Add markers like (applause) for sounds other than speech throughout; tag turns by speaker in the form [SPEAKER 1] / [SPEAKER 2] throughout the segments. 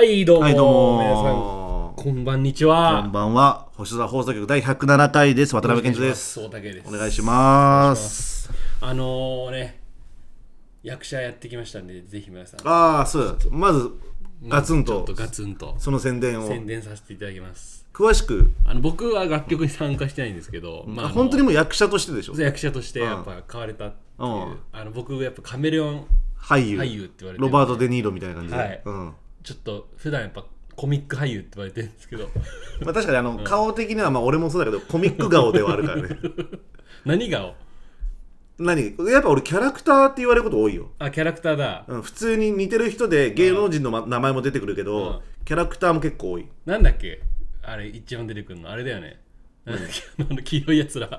[SPEAKER 1] はい、どうも。
[SPEAKER 2] はい、どう
[SPEAKER 1] 皆
[SPEAKER 2] も
[SPEAKER 1] さん、こんばんにち
[SPEAKER 2] こ
[SPEAKER 1] は。
[SPEAKER 2] んばんは。星空放送局第107回です。渡辺健二です。
[SPEAKER 1] 大竹です。
[SPEAKER 2] お願いします。
[SPEAKER 1] あのー、ね、役者やってきましたんで、ぜひ皆さん、
[SPEAKER 2] ああ、そうだ。まず、ガツン
[SPEAKER 1] ちょ
[SPEAKER 2] と
[SPEAKER 1] っと、ガツンと
[SPEAKER 2] その宣伝を。
[SPEAKER 1] 宣伝させていただきます。
[SPEAKER 2] 詳しく、
[SPEAKER 1] あの僕は楽曲に参加してないんですけど、まあ、あ
[SPEAKER 2] あ
[SPEAKER 1] の
[SPEAKER 2] 本当にもう役者としてでしょ。
[SPEAKER 1] 役者としてやっぱ買われたっていう、
[SPEAKER 2] うん
[SPEAKER 1] あの僕、やっぱカメレオン、
[SPEAKER 2] 俳優。
[SPEAKER 1] 俳優って言われてる
[SPEAKER 2] ロバート・デ・ニーロみたいな感じで。
[SPEAKER 1] はい
[SPEAKER 2] うん。
[SPEAKER 1] ちょっと普段やっぱコミック俳優って言われてるんですけど、
[SPEAKER 2] まあ確かにあの、顔的には、まあ俺もそうだけど、コミック顔ではあるからね。 (laughs)
[SPEAKER 1] 何顔
[SPEAKER 2] 何やっぱ俺キャラクターって言われること多いよ。
[SPEAKER 1] あ、キャラクターだ。
[SPEAKER 2] うん普通に似てる人で芸能人のま名前も出てくるけど、キャラクターも結構多い。
[SPEAKER 1] なんだっけあれ、一番出てくるの、あれだよね。なんだっけあの黄色いやつら。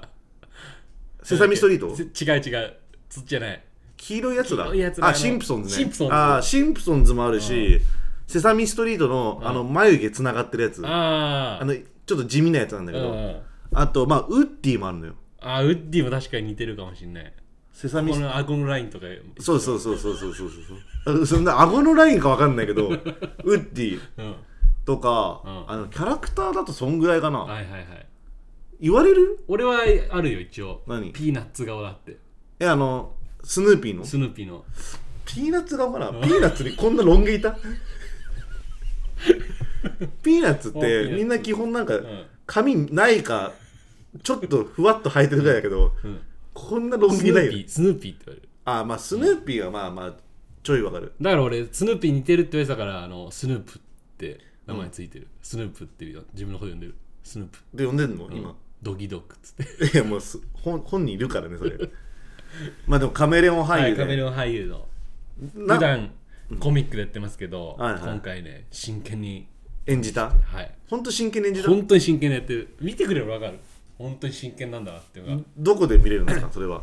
[SPEAKER 2] セサミストリート
[SPEAKER 1] せ違う違う。そっちじゃない。
[SPEAKER 2] 黄色いやつ
[SPEAKER 1] 黄
[SPEAKER 2] だ
[SPEAKER 1] 色いやつだあ
[SPEAKER 2] あ
[SPEAKER 1] の
[SPEAKER 2] シンプソンズね
[SPEAKER 1] シンプソンズ
[SPEAKER 2] あーシンプソンズもあるし、セサミストリートのあの眉毛つながってるやつあ
[SPEAKER 1] ああ。
[SPEAKER 2] のちょっと地味なやつなんだけ
[SPEAKER 1] う
[SPEAKER 2] ど、
[SPEAKER 1] んうん。
[SPEAKER 2] あとまあウッディもあるのよ
[SPEAKER 1] あーウッディも確かに似てるかもしんない。
[SPEAKER 2] セサミ
[SPEAKER 1] こ
[SPEAKER 2] ス
[SPEAKER 1] の顎のラインとか。
[SPEAKER 2] そうそうそうそうそうそうそうあそんな顎のラインかわかんな
[SPEAKER 1] (laughs)
[SPEAKER 2] いけどウッディ
[SPEAKER 1] うん。
[SPEAKER 2] とか、
[SPEAKER 1] うん
[SPEAKER 2] あのキャラクターだとそんぐらいかな、
[SPEAKER 1] はいはいはい。
[SPEAKER 2] 言われる
[SPEAKER 1] 俺はあるよ、一応。
[SPEAKER 2] 何
[SPEAKER 1] ピーナッツ顔だって。
[SPEAKER 2] えあのスヌーピーの
[SPEAKER 1] スヌーピーの。
[SPEAKER 2] ピーナッツ顔かなピーナッツにこんなロン毛いた
[SPEAKER 1] あ
[SPEAKER 2] ピーナッツっ
[SPEAKER 1] ピーナッ
[SPEAKER 2] て
[SPEAKER 1] ツ
[SPEAKER 2] みんな基本なんか
[SPEAKER 1] ん
[SPEAKER 2] 髪ないかちょっとふわっと生えてるぐらいだけど
[SPEAKER 1] うん。
[SPEAKER 2] こんなロン
[SPEAKER 1] スヌ
[SPEAKER 2] 毛な
[SPEAKER 1] ー
[SPEAKER 2] い
[SPEAKER 1] ピ
[SPEAKER 2] よ
[SPEAKER 1] ー、スヌーピーって言われる。
[SPEAKER 2] あまあスヌーピーはまあまあちょいわかる
[SPEAKER 1] だから俺、スヌーピー似てるって言われてたから、あの、スヌープって名前ついてる。スヌープっていうよ自分のこと呼んでる。スヌープ。
[SPEAKER 2] で呼んでんの今
[SPEAKER 1] ドギドクっつって。
[SPEAKER 2] いやもうす本本人いるからねそれ (laughs) まあでもカメレオン
[SPEAKER 1] は
[SPEAKER 2] 俳
[SPEAKER 1] い、
[SPEAKER 2] 優
[SPEAKER 1] カメ
[SPEAKER 2] で
[SPEAKER 1] レオン俳優の。
[SPEAKER 2] な
[SPEAKER 1] 普段コミックでやってますけど、
[SPEAKER 2] はいはい
[SPEAKER 1] 今回ね、真剣に、
[SPEAKER 2] 演じた
[SPEAKER 1] はい。
[SPEAKER 2] 本当真剣に演じた
[SPEAKER 1] 本当に真剣にやってる。見てくればわかる。本当に真剣なんだなっていうのが。
[SPEAKER 2] どこで見れるんですかそれは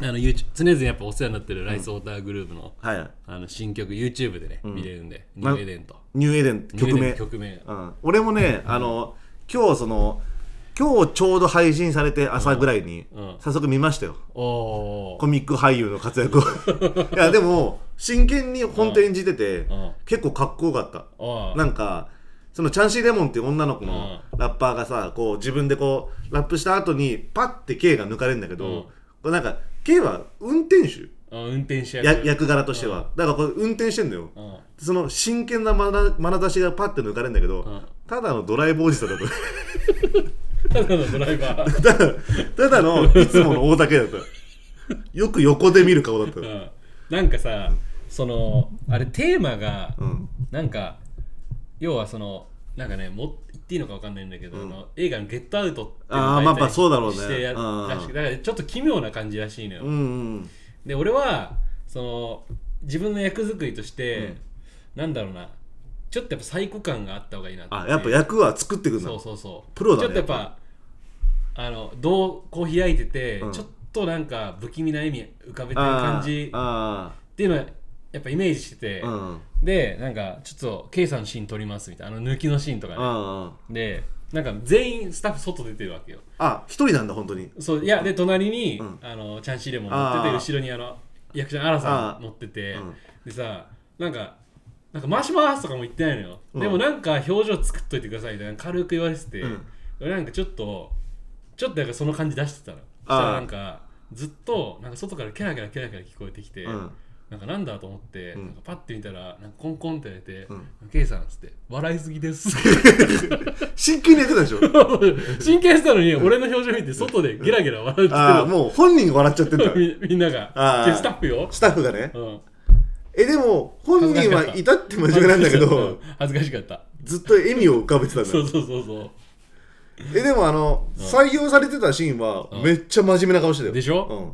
[SPEAKER 1] あの、YouTube、常々やっぱお世話になってるライスオーターグループの、
[SPEAKER 2] はい
[SPEAKER 1] あの、新曲 YouTube でね、見れるんで、ニューエデンと。
[SPEAKER 2] ニューエデン
[SPEAKER 1] ニュー
[SPEAKER 2] 曲
[SPEAKER 1] エデ
[SPEAKER 2] 名
[SPEAKER 1] ン曲名。
[SPEAKER 2] うん、俺もね、あの今日その今日ちょうど配信されて朝ぐらいに、
[SPEAKER 1] うんうん
[SPEAKER 2] 早速見ましたよ
[SPEAKER 1] お
[SPEAKER 2] コ
[SPEAKER 1] ー。
[SPEAKER 2] ミック俳優の活躍を (laughs) いやでも真剣に本当演じてて、
[SPEAKER 1] ん
[SPEAKER 2] 結構かっこよかった、
[SPEAKER 1] おー
[SPEAKER 2] なんかそのチャンシー・レモンっていう女の子のラッパーがさこう自分でこうラップした後にパッて K が抜かれるんだけど、
[SPEAKER 1] うん
[SPEAKER 2] これなんか K は運転手
[SPEAKER 1] あ運転手
[SPEAKER 2] や
[SPEAKER 1] 役。
[SPEAKER 2] 役柄としては、だからこれ運転してんだよ、
[SPEAKER 1] うん。 (laughs)
[SPEAKER 2] その真剣なまな眼差しがパッて抜かれるんだけど、
[SPEAKER 1] ん
[SPEAKER 2] ただのドライブおじさんだった
[SPEAKER 1] ただのドライバー。
[SPEAKER 2] た (laughs) だただのいつもの大竹だったよく横で見る顔だった、
[SPEAKER 1] うんなんかさ、そのあれテーマが、
[SPEAKER 2] ん
[SPEAKER 1] なんか要はそのなんかねも言っていいのかわかんないんだけど、あの映画の「ゲットアウト」っていうのを
[SPEAKER 2] あーまあまあ
[SPEAKER 1] 題材に
[SPEAKER 2] そうだろうね
[SPEAKER 1] してや
[SPEAKER 2] うん
[SPEAKER 1] らしくだからちょっと奇妙な感じらしいのよ、
[SPEAKER 2] うんうん
[SPEAKER 1] で俺はその自分の役作りとして、なんだろうなちょっとやっぱサイコ感があった方がいいなって
[SPEAKER 2] あやっぱ役は作ってくるんだ
[SPEAKER 1] そうそうそう
[SPEAKER 2] プロだね
[SPEAKER 1] ちょっとやっぱあのどうこう開いてて、
[SPEAKER 2] うん
[SPEAKER 1] ちょっとなんか不気味な意味浮かべてる感じ
[SPEAKER 2] あ
[SPEAKER 1] っていうのはやっぱイメージしてて、
[SPEAKER 2] ーあーうん
[SPEAKER 1] でなんかちょっと K さんのシーン撮りますみたいなあの抜きのシーンとかね
[SPEAKER 2] あー
[SPEAKER 1] でなんか全員スタッフ外出てるわけよ
[SPEAKER 2] あ一人なんだ本当に
[SPEAKER 1] そういやで隣に、
[SPEAKER 2] ん
[SPEAKER 1] あのチャンシーレモン乗って
[SPEAKER 2] あ
[SPEAKER 1] て
[SPEAKER 2] ー
[SPEAKER 1] 後ろにあの役者のアラさん乗ってて、
[SPEAKER 2] あーうん
[SPEAKER 1] でさなんかなんか回しますとかも言ってないのよ、
[SPEAKER 2] うん
[SPEAKER 1] でもなんか表情作っといてくださいみたいな軽く言われてて、
[SPEAKER 2] ん
[SPEAKER 1] 俺なんかちょっとちょっとなんかその感じ出してたのそ
[SPEAKER 2] あー
[SPEAKER 1] したらなんかずっとなんか外からキャラキャラキャラキャラ聞こえてきて、
[SPEAKER 2] うん
[SPEAKER 1] なんかなんだと思って、なんかパッて見たらなんかコンコンってやれて
[SPEAKER 2] ん
[SPEAKER 1] 「ケイさん」っつって「笑いすぎです」
[SPEAKER 2] (laughs) 真剣にやってた
[SPEAKER 1] (laughs)
[SPEAKER 2] でしょ
[SPEAKER 1] 真剣したのに俺の表情見て外でゲラゲラ笑って
[SPEAKER 2] ああもう本人が笑っちゃってんだ
[SPEAKER 1] るみみんなが
[SPEAKER 2] あー
[SPEAKER 1] でスタッフよ、
[SPEAKER 2] スタッフがね
[SPEAKER 1] うん、
[SPEAKER 2] えでも本人は至って真面目なんだけど
[SPEAKER 1] 恥ずかしかった
[SPEAKER 2] ずっと笑みを浮かべてたんだ
[SPEAKER 1] そうそうそうそ
[SPEAKER 2] えでもあの採用されてたシーンはめっちゃ真面目な顔してたよ
[SPEAKER 1] でしょ
[SPEAKER 2] うん
[SPEAKER 1] う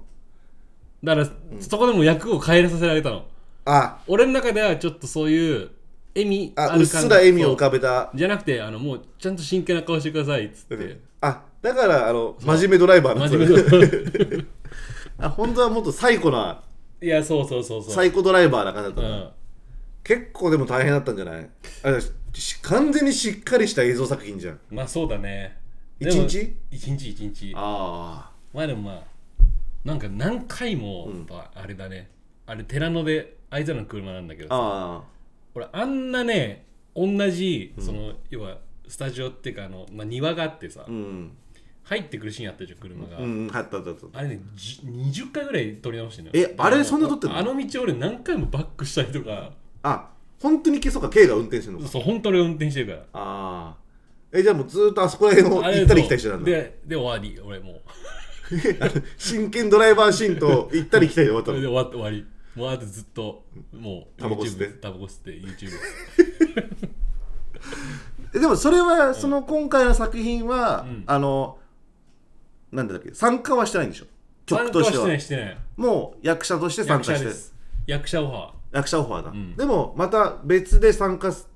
[SPEAKER 1] だから、そこでも役を変えさせられたの
[SPEAKER 2] あ
[SPEAKER 1] 俺の中ではちょっとそういう笑み
[SPEAKER 2] あ
[SPEAKER 1] ある感
[SPEAKER 2] うっ
[SPEAKER 1] じ
[SPEAKER 2] すら笑みを浮かべた
[SPEAKER 1] そうじゃなくてあのもうちゃんと真剣な顔してくださいっつって、
[SPEAKER 2] あだからあの真面目ドライバーなん
[SPEAKER 1] 真
[SPEAKER 2] で
[SPEAKER 1] 面
[SPEAKER 2] すよ
[SPEAKER 1] 目だ (laughs)
[SPEAKER 2] あ本当はもっとサイコない
[SPEAKER 1] やそうそうそうそう
[SPEAKER 2] サイコドライバーな感じだった
[SPEAKER 1] う
[SPEAKER 2] な、
[SPEAKER 1] ん
[SPEAKER 2] 結構でも大変だったんじゃないあれし完全にしっかりした映像作品じゃん
[SPEAKER 1] まあそうだね
[SPEAKER 2] 一
[SPEAKER 1] でも
[SPEAKER 2] 日
[SPEAKER 1] 一日一日
[SPEAKER 2] あ
[SPEAKER 1] まあでもまあなんか何回もやっぱあれだね、あれ寺野であいつらの車なんだけど
[SPEAKER 2] ああ
[SPEAKER 1] 俺あんなね同じ、
[SPEAKER 2] うん
[SPEAKER 1] その要はスタジオっていうかあの、まあ、庭があってさ、
[SPEAKER 2] うん
[SPEAKER 1] 入ってくるシーンあったじゃん車が、
[SPEAKER 2] うんはったはったはった
[SPEAKER 1] あれねじ20回ぐらい撮り直してんの
[SPEAKER 2] えあれそんな撮ってんの
[SPEAKER 1] あの道俺何回もバックしたりとか
[SPEAKER 2] あ本当にそうか K が運転してるのか
[SPEAKER 1] そう本当に運転してるから
[SPEAKER 2] ああえじゃあもうずーっとあそこら辺を
[SPEAKER 1] あれ
[SPEAKER 2] 行ったり来たりしてたんだ
[SPEAKER 1] でで終わり俺もう
[SPEAKER 2] (laughs) 真剣ドライバーシーンと行ったり来たりで終わっ
[SPEAKER 1] そ
[SPEAKER 2] た
[SPEAKER 1] れで
[SPEAKER 2] の
[SPEAKER 1] 終わって終わりもうあとずっともう
[SPEAKER 2] タバコ吸って
[SPEAKER 1] YouTube タバコ吸って YouTube
[SPEAKER 2] えでもそれはその今回の作品は、
[SPEAKER 1] うん
[SPEAKER 2] あのなんだっけ参加はしてないんでしょ曲
[SPEAKER 1] 参加
[SPEAKER 2] と
[SPEAKER 1] は
[SPEAKER 2] して
[SPEAKER 1] して
[SPEAKER 2] は
[SPEAKER 1] ないしてない
[SPEAKER 2] もう役者として参
[SPEAKER 1] 役
[SPEAKER 2] 加
[SPEAKER 1] 者
[SPEAKER 2] して
[SPEAKER 1] です役者オファー
[SPEAKER 2] 役者オファーだ、
[SPEAKER 1] うん
[SPEAKER 2] でもまた別で参加す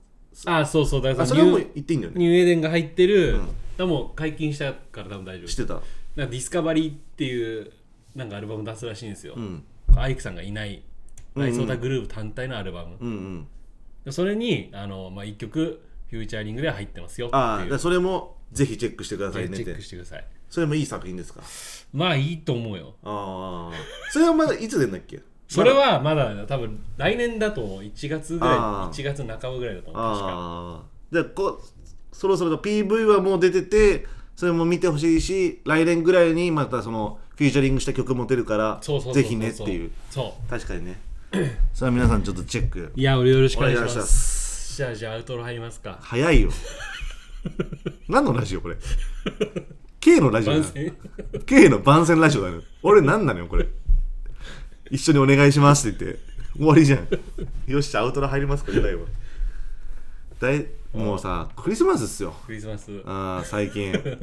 [SPEAKER 1] ああそうそうだか
[SPEAKER 2] あ
[SPEAKER 1] ら
[SPEAKER 2] そ
[SPEAKER 1] そ
[SPEAKER 2] れ
[SPEAKER 1] れ
[SPEAKER 2] はも
[SPEAKER 1] も
[SPEAKER 2] う言っていいんだよね
[SPEAKER 1] ニューエデンが入ってる、
[SPEAKER 2] うん
[SPEAKER 1] でも解禁したから多分大丈夫
[SPEAKER 2] してた
[SPEAKER 1] なんかディスカバリーっていうなんかアルバム出すらしいんですよ、
[SPEAKER 2] うん
[SPEAKER 1] アイクさんがいない
[SPEAKER 2] うんう
[SPEAKER 1] ラ
[SPEAKER 2] ん
[SPEAKER 1] イソーダグループ単体のアルバム、
[SPEAKER 2] うんうん
[SPEAKER 1] でそれにあの、まあ、1曲フューチャーリングで入ってますよって
[SPEAKER 2] ああだ
[SPEAKER 1] い
[SPEAKER 2] から
[SPEAKER 1] う
[SPEAKER 2] それもぜひチェックしてくださ
[SPEAKER 1] ぜ
[SPEAKER 2] い
[SPEAKER 1] ひ
[SPEAKER 2] ね
[SPEAKER 1] チ
[SPEAKER 2] っ
[SPEAKER 1] ェッ
[SPEAKER 2] て
[SPEAKER 1] クしてください
[SPEAKER 2] それもいい作品ですか
[SPEAKER 1] まあいいと思うよ
[SPEAKER 2] ああそれはまだいつ出るんだっけ
[SPEAKER 1] それはまだ多分来年だと1月ぐらい
[SPEAKER 2] あー
[SPEAKER 1] 1月半ばぐらいだと思う確か
[SPEAKER 2] ああじゃあこうそろそろと PV はもう出ててそれも見てほしいし来年ぐらいにまたそのフィーチャリングした曲も出るから
[SPEAKER 1] そうそうそうそう
[SPEAKER 2] ぜひねっていう
[SPEAKER 1] そ
[SPEAKER 2] 確かにねそれは皆さんちょっとチェック
[SPEAKER 1] ういや俺よろしく
[SPEAKER 2] お
[SPEAKER 1] お願
[SPEAKER 2] 願い
[SPEAKER 1] い
[SPEAKER 2] し
[SPEAKER 1] しま
[SPEAKER 2] ますす
[SPEAKER 1] じゃあじゃあアウトロ入りますか
[SPEAKER 2] 早いよ何のラジオこれ K のラジオだ
[SPEAKER 1] 番
[SPEAKER 2] よ
[SPEAKER 1] 宣
[SPEAKER 2] K の番宣ラジオだよ俺何なのよこれ一緒にお願いしますって言って終わりじゃんよっしゃアウトロ入りますかじゃないわだいもうさクリスマスっすよ
[SPEAKER 1] クリスマス
[SPEAKER 2] あー最近で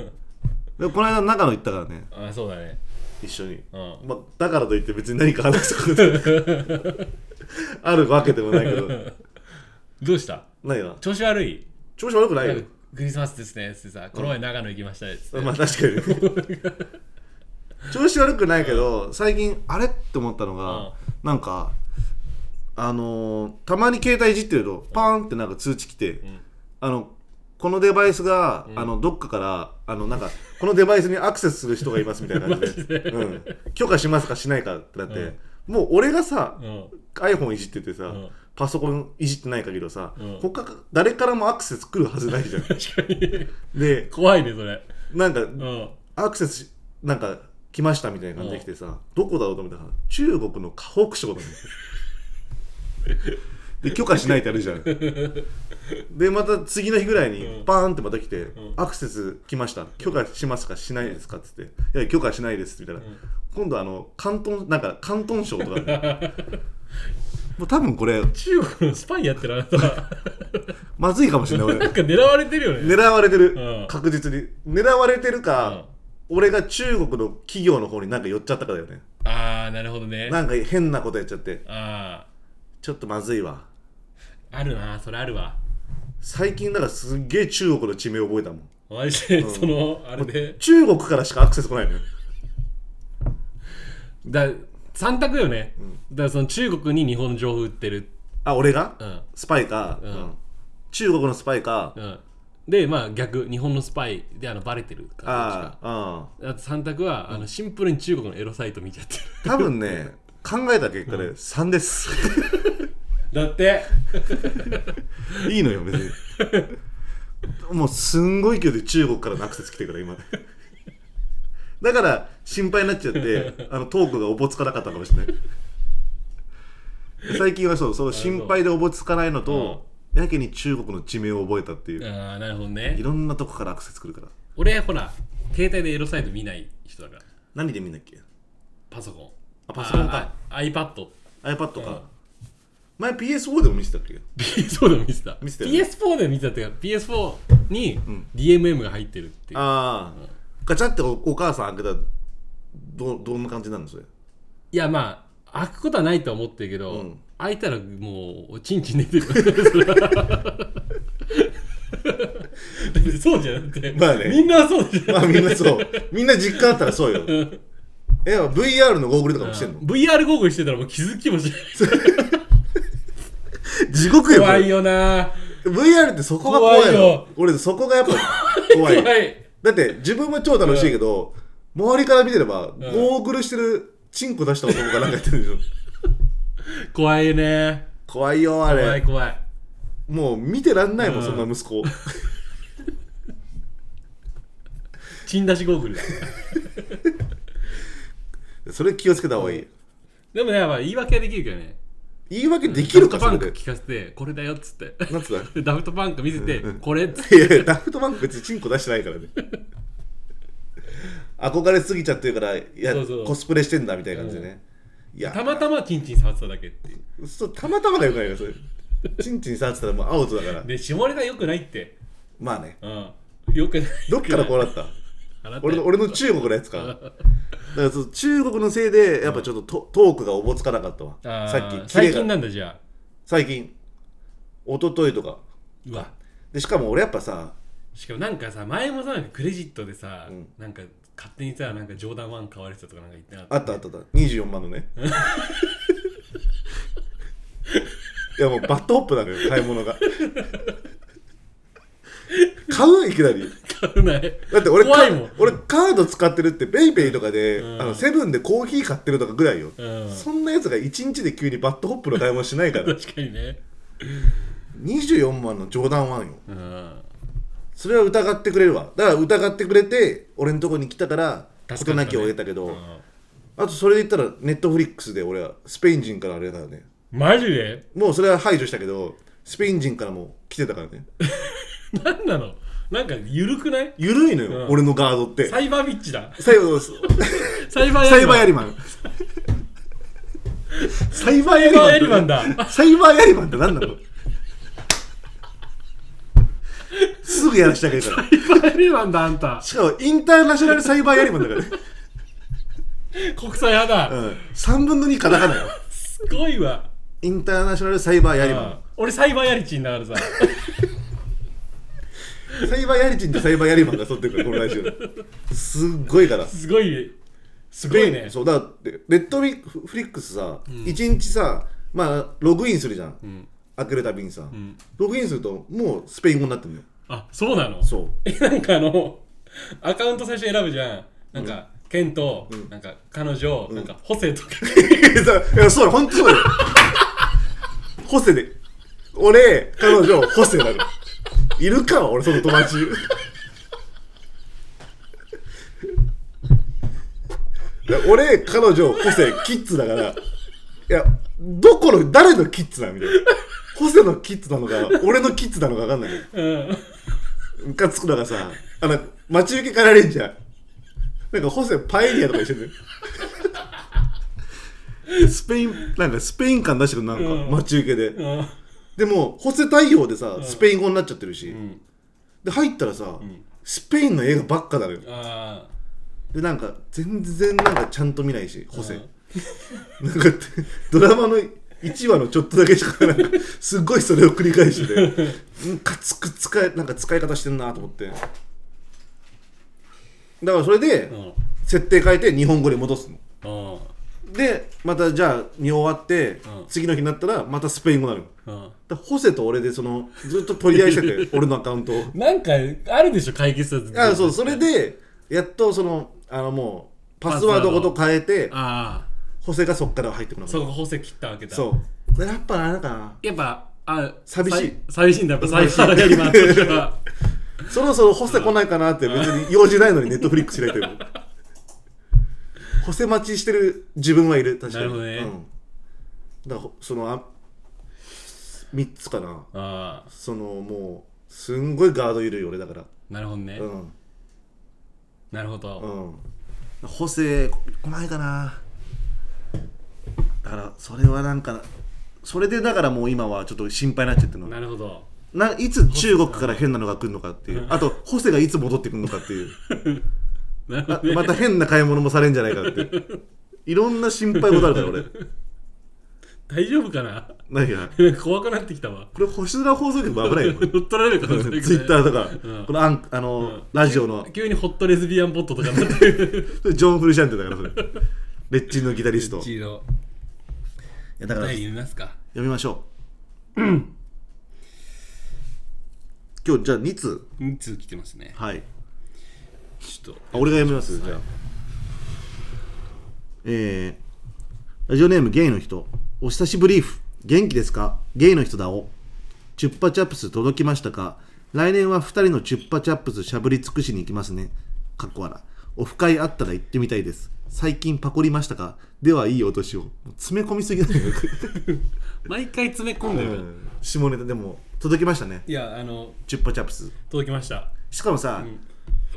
[SPEAKER 2] もこの間長野行ったからね
[SPEAKER 1] あそうだね
[SPEAKER 2] 一緒に、
[SPEAKER 1] うん
[SPEAKER 2] まあ、だからといって別に何か話すこと (laughs) あるわけでもないけど
[SPEAKER 1] どうした
[SPEAKER 2] ないな
[SPEAKER 1] 調子悪い
[SPEAKER 2] 調子悪くない
[SPEAKER 1] なん
[SPEAKER 2] よ
[SPEAKER 1] かクリスマスですねっつってさこの前長野行きましたねっつって、
[SPEAKER 2] まあ確かに
[SPEAKER 1] (laughs)
[SPEAKER 2] 調子悪くないけど、最近あれって思ったのが、
[SPEAKER 1] うん
[SPEAKER 2] なんかあのーたまに携帯いじってるとパーンってなんか通知来て、
[SPEAKER 1] ん
[SPEAKER 2] あのこのデバイスが、あのどっかからあのなんかこのデバイスにアクセスする人がいますみたいな感じ
[SPEAKER 1] (laughs)
[SPEAKER 2] でうん、許可しますかしないかってなって、もう俺がさ、
[SPEAKER 1] うん、
[SPEAKER 2] iPhone いじっててさ、
[SPEAKER 1] ん
[SPEAKER 2] パソコンいじってない限りはさ、
[SPEAKER 1] うん
[SPEAKER 2] 他か誰からもアクセス来るはずないじゃ
[SPEAKER 1] (laughs)
[SPEAKER 2] ん
[SPEAKER 1] 確かに
[SPEAKER 2] で
[SPEAKER 1] 怖いねそれ
[SPEAKER 2] なんか
[SPEAKER 1] うん
[SPEAKER 2] アクセスしなんか来ましたみたいな感じで来てさ、どこだろうと思ったら中国の河北省だもん
[SPEAKER 1] (laughs)
[SPEAKER 2] で許可しないってあるじゃんでまた次の日ぐらいに
[SPEAKER 1] うん
[SPEAKER 2] バーンってまた来て、
[SPEAKER 1] ん
[SPEAKER 2] アクセス来ました許可しますかしないですかっつって「いや許可しないです」みたいな、今度あの広東なんか広東
[SPEAKER 1] (laughs)
[SPEAKER 2] 省とかあるもう多分これ
[SPEAKER 1] 中国のスパイやってるあなたな
[SPEAKER 2] まずいかもしれない俺
[SPEAKER 1] んか狙われてるよね
[SPEAKER 2] 狙われてる、
[SPEAKER 1] うん
[SPEAKER 2] 確実に狙われてるか、俺が中国の企業の方になんか寄っちゃったからだよね
[SPEAKER 1] ああなるほどね
[SPEAKER 2] なんか変なことやっちゃって
[SPEAKER 1] あ
[SPEAKER 2] ちょっとまずいわ
[SPEAKER 1] ああるなそれあるわ
[SPEAKER 2] 最近だからすっげえ中国の地名覚えたもん
[SPEAKER 1] マジで、そのあれで
[SPEAKER 2] 中国からしかアクセス来ないのよ
[SPEAKER 1] だ3択よね、だからその中国に日本情報売ってる
[SPEAKER 2] あ俺が、
[SPEAKER 1] うん
[SPEAKER 2] スパイか、うんん中国のスパイか、
[SPEAKER 1] うんでまあ逆日本のスパイであのバレてるか
[SPEAKER 2] ああ
[SPEAKER 1] らあと3択は、あのシンプルに中国のエロサイト見ちゃ
[SPEAKER 2] (laughs)
[SPEAKER 1] ってる
[SPEAKER 2] うん多分ね考えた結果で3です
[SPEAKER 1] だって
[SPEAKER 2] いいのよ別にもうすんごい勢いで中国からのアクセス来てるから今だから心配になっちゃってあのトークがおぼつかなかったかもしれない最近はそうそう心配でおぼつかないのと、やけに中国の地名を覚えたっていう、
[SPEAKER 1] ああなるほど
[SPEAKER 2] い
[SPEAKER 1] ね
[SPEAKER 2] ろんなとこからアクセス来るから
[SPEAKER 1] 俺ほら携帯でエロサイト見ない人だから
[SPEAKER 2] 何で見んだっけ
[SPEAKER 1] パソコン
[SPEAKER 2] あパソコンか
[SPEAKER 1] ああ iPad
[SPEAKER 2] iPad か、前 PS4 でも見せたっけ
[SPEAKER 1] PS4 でも見てた
[SPEAKER 2] 見てたよね
[SPEAKER 1] PS4 でも見てたっていうか PS4 に DMM が入ってるっていう、
[SPEAKER 2] ああ、ガチャっておお母さん開けたらどどんな感じなのそれ
[SPEAKER 1] いやまあ開くことはないとは思ってるけど、
[SPEAKER 2] うん
[SPEAKER 1] 開いたらもうおちんちん出てるそれはだってそうじゃんだって、
[SPEAKER 2] まあね
[SPEAKER 1] みんなはそうじゃん
[SPEAKER 2] (laughs) まあみんなそう。みんな実感あったらそうよ。え、VR のゴーグルとかも
[SPEAKER 1] (laughs)
[SPEAKER 2] してんの
[SPEAKER 1] VR ゴーグルしてたらもう気づきもしない
[SPEAKER 2] 地獄よ。
[SPEAKER 1] 怖い
[SPEAKER 2] こ
[SPEAKER 1] よな
[SPEAKER 2] れ VR ってそこが怖い
[SPEAKER 1] 怖い
[SPEAKER 2] の
[SPEAKER 1] よ。
[SPEAKER 2] 俺、そこがやっぱ怖
[SPEAKER 1] 怖
[SPEAKER 2] い。
[SPEAKER 1] い
[SPEAKER 2] だって自分も超楽しいけど、周りから見てれば、ゴーグルしてるチンコ出した男がなんかやってるでしょ。
[SPEAKER 1] 怖いね
[SPEAKER 2] 怖いよ、あ
[SPEAKER 1] 怖い
[SPEAKER 2] れ。
[SPEAKER 1] 怖い
[SPEAKER 2] もう見てらんないもん、
[SPEAKER 1] うん
[SPEAKER 2] そんな息子
[SPEAKER 1] チン出しゴーグルだ
[SPEAKER 2] それ気をつけた方がいい、
[SPEAKER 1] でもねやっぱ言い訳はできるけどね
[SPEAKER 2] 言い訳できるか、
[SPEAKER 1] ダフ
[SPEAKER 2] そ
[SPEAKER 1] トパ
[SPEAKER 2] れ
[SPEAKER 1] ンク
[SPEAKER 2] で
[SPEAKER 1] 聞かせてこれだよっつって
[SPEAKER 2] なんつう
[SPEAKER 1] ダフトパンク見せてこれっつって
[SPEAKER 2] だいやいやダフトバンク別にチンコ出してないからね (laughs) 憧れすぎちゃってるからいや
[SPEAKER 1] そうそう
[SPEAKER 2] コスプレしてんだみたいな感じでね、いや
[SPEAKER 1] たまたまチンチン触ってただけっていう
[SPEAKER 2] そうたまたまがよくないよそれチンチン触ってたらもうアウトだから
[SPEAKER 1] で下ネタよくないって
[SPEAKER 2] まあね
[SPEAKER 1] うんよくない
[SPEAKER 2] どっからこうなった
[SPEAKER 1] 払って
[SPEAKER 2] 俺の俺の中国のやつかだからそう中国のせいでやっぱちょっとトトークがおぼつかなかったわ
[SPEAKER 1] あー
[SPEAKER 2] さっきキレ
[SPEAKER 1] 最
[SPEAKER 2] が
[SPEAKER 1] 近なんだじゃあ
[SPEAKER 2] 最近一昨日とか
[SPEAKER 1] うわ
[SPEAKER 2] でしかも俺やっぱさ
[SPEAKER 1] しかもなんかさ前もさなんかクレジットでさ、
[SPEAKER 2] うん
[SPEAKER 1] なんか勝手にさなんか冗談ワン買われてたとかなんか言ってなかった
[SPEAKER 2] あったあったあった24万
[SPEAKER 1] (laughs)
[SPEAKER 2] のねいやもうバットホップなのよ買い物が買うんいきなり
[SPEAKER 1] 買うない
[SPEAKER 2] だって俺
[SPEAKER 1] 怖いもん
[SPEAKER 2] か俺カード使ってるってペイペイとかで、
[SPEAKER 1] うん
[SPEAKER 2] あのセブンでコーヒー買ってるとかぐらいよ、
[SPEAKER 1] うん
[SPEAKER 2] そんなやつが1日で急にバットホップの買い物しないから
[SPEAKER 1] (laughs) (laughs) 確かにね
[SPEAKER 2] 24万の冗談ワンよ
[SPEAKER 1] うん
[SPEAKER 2] それは疑ってくれるわだから疑ってくれて俺のとこに来たから
[SPEAKER 1] 助
[SPEAKER 2] 事
[SPEAKER 1] かったね
[SPEAKER 2] なきを得たけど、
[SPEAKER 1] うん
[SPEAKER 2] あとそれで言ったらネットフリックスで俺はスペイン人からあれだよね
[SPEAKER 1] マジで
[SPEAKER 2] もうそれは排除したけどスペイン人からも来てたからね
[SPEAKER 1] 何なのなんか緩くない
[SPEAKER 2] 緩いのよ、
[SPEAKER 1] うん
[SPEAKER 2] 俺のガードって
[SPEAKER 1] サイバービッチだ
[SPEAKER 2] 最後です
[SPEAKER 1] サイバー
[SPEAKER 2] サイバ
[SPEAKER 1] マ
[SPEAKER 2] ーヤ
[SPEAKER 1] ン
[SPEAKER 2] リマンサイバー
[SPEAKER 1] サイバーヤリマンだ
[SPEAKER 2] サイバーヤリマンって何なのすぐやらしてあげるか
[SPEAKER 1] サ
[SPEAKER 2] ら
[SPEAKER 1] イバーヤリマンだあんた
[SPEAKER 2] しかもインターナショナルサイバーヤリマンだからね、
[SPEAKER 1] 国際派だ、
[SPEAKER 2] うん、3分の2カタカナよ
[SPEAKER 1] すごいわ
[SPEAKER 2] インターナショナルサイバーヤリ
[SPEAKER 1] うん
[SPEAKER 2] マ
[SPEAKER 1] 俺サイバーヤリチンだからさ
[SPEAKER 2] ンサイバーヤリチンってサイバーヤリマンが沿ってるからこのラジオすっごいから
[SPEAKER 1] すごいすごいね
[SPEAKER 2] そうだってネットフリックスさ、一1日さまあログインするじゃん、
[SPEAKER 1] ん
[SPEAKER 2] 開けるたびにさ、
[SPEAKER 1] ん
[SPEAKER 2] ログインするともうスペイン語になってるのよ
[SPEAKER 1] あそうなの
[SPEAKER 2] そう
[SPEAKER 1] えなんかあのアカウント最初選ぶじゃんなんか、ケント、なんか彼女、なんかホセ
[SPEAKER 2] (laughs)
[SPEAKER 1] とか
[SPEAKER 2] いやそういやそうだ本当そうだよホセで俺彼女ホセなのいるか俺その友達俺彼女ホセキッズだからいやどこの誰のキッズなのみたいなホセのキッズなのか俺のキッズなのか分かんないけど
[SPEAKER 1] うん
[SPEAKER 2] ムカつくのがさあの待ち受けかられんじゃんなんかホセパエリアとか一緒にスペインなんかスペイン感出してくるなんか、
[SPEAKER 1] うん
[SPEAKER 2] 待ち受けで、
[SPEAKER 1] うん
[SPEAKER 2] でもホセ対応でさ、スペイン語になっちゃってるし、
[SPEAKER 1] ん
[SPEAKER 2] で入ったらさ、スペインの映画ばっかだよ
[SPEAKER 1] あ
[SPEAKER 2] でなんか全然なんかちゃんと見ないしホセ、
[SPEAKER 1] うん
[SPEAKER 2] なんかドラマの1話のちょっとだけしかなんかすごいそれを繰り返しててムカつく使いなんか使い方してんなと思ってだからそれで
[SPEAKER 1] ーうん
[SPEAKER 2] 設定変えて日本語に戻すの
[SPEAKER 1] うん
[SPEAKER 2] でまたじゃあ見終わって、
[SPEAKER 1] うん
[SPEAKER 2] 次の日になったらまたスペイン語になる
[SPEAKER 1] うん
[SPEAKER 2] だからホセと俺でそのずっと取り合いしてて俺のアカウントを
[SPEAKER 1] なんかあるでしょ解決策
[SPEAKER 2] あそうそれでやっとそのあのもうパスワードごと変えて
[SPEAKER 1] あ
[SPEAKER 2] ホセがそっから入ってくる
[SPEAKER 1] あ
[SPEAKER 2] の
[SPEAKER 1] そ
[SPEAKER 2] そう
[SPEAKER 1] 宝石切ったわけだ
[SPEAKER 2] うでやっぱあれかな
[SPEAKER 1] やっぱあ
[SPEAKER 2] 寂しい
[SPEAKER 1] さ寂しいんだやっぱ最初のやりまし
[SPEAKER 2] (laughs)
[SPEAKER 1] は
[SPEAKER 2] そろそろホセ来ないかなって別に用事ないのにネットフリックス開いてるホセ待ちしてる自分はいる確か
[SPEAKER 1] な
[SPEAKER 2] に
[SPEAKER 1] るほどね
[SPEAKER 2] うん、だからほそのあ3つかな
[SPEAKER 1] あ
[SPEAKER 2] そのもうすんごいガード緩い俺だから
[SPEAKER 1] あなるほどね、
[SPEAKER 2] うん
[SPEAKER 1] なるほど、
[SPEAKER 2] うんホセ来ないかなだからそれはなんかそれでだからもう今はちょっと心配になっちゃってるの
[SPEAKER 1] なるほど
[SPEAKER 2] ないつ中国から変なのが来るのかっていうあとホセがいつ戻ってくるのかっていう
[SPEAKER 1] なるほ
[SPEAKER 2] あ
[SPEAKER 1] どね
[SPEAKER 2] また変な買い物もされんじゃないかっていろんな心配事あるから俺
[SPEAKER 1] 大丈夫かな (laughs)
[SPEAKER 2] 何が
[SPEAKER 1] なんか怖くなってきたわ
[SPEAKER 2] これ星空放送局も危ないよ
[SPEAKER 1] 乗っ取られるかもしれない
[SPEAKER 2] ツイッターとか、
[SPEAKER 1] うん
[SPEAKER 2] このアンあの、ラジオの
[SPEAKER 1] 急にホットレズビアンボットとかになってる
[SPEAKER 2] ジョン・フルシャンテだ (laughs) からそれレッチンのギタリストい
[SPEAKER 1] 一度
[SPEAKER 2] やだから
[SPEAKER 1] 第
[SPEAKER 2] 読
[SPEAKER 1] 読みますか
[SPEAKER 2] みましょう、 (clears throat) 今日じゃあ2通
[SPEAKER 1] 2通来てますね
[SPEAKER 2] はい
[SPEAKER 1] ちょっと
[SPEAKER 2] あ俺が読みますじゃあえー、ラジオネームゲイの人お久しぶりーふ元気ですかゲイの人だおチュッパチャップス届きましたか来年は2人のチュッパチャップスしゃぶり尽くしに行きますね。かっこ笑オフ会あったら行ってみたいです。最近パコりましたかではいいお年を。もう詰め込みすぎだよ。
[SPEAKER 1] 毎回詰め込んでるから、
[SPEAKER 2] うん下ネタでも届きましたね。
[SPEAKER 1] いやあの
[SPEAKER 2] チュッパチャップス。
[SPEAKER 1] 届きました
[SPEAKER 2] しかもさ、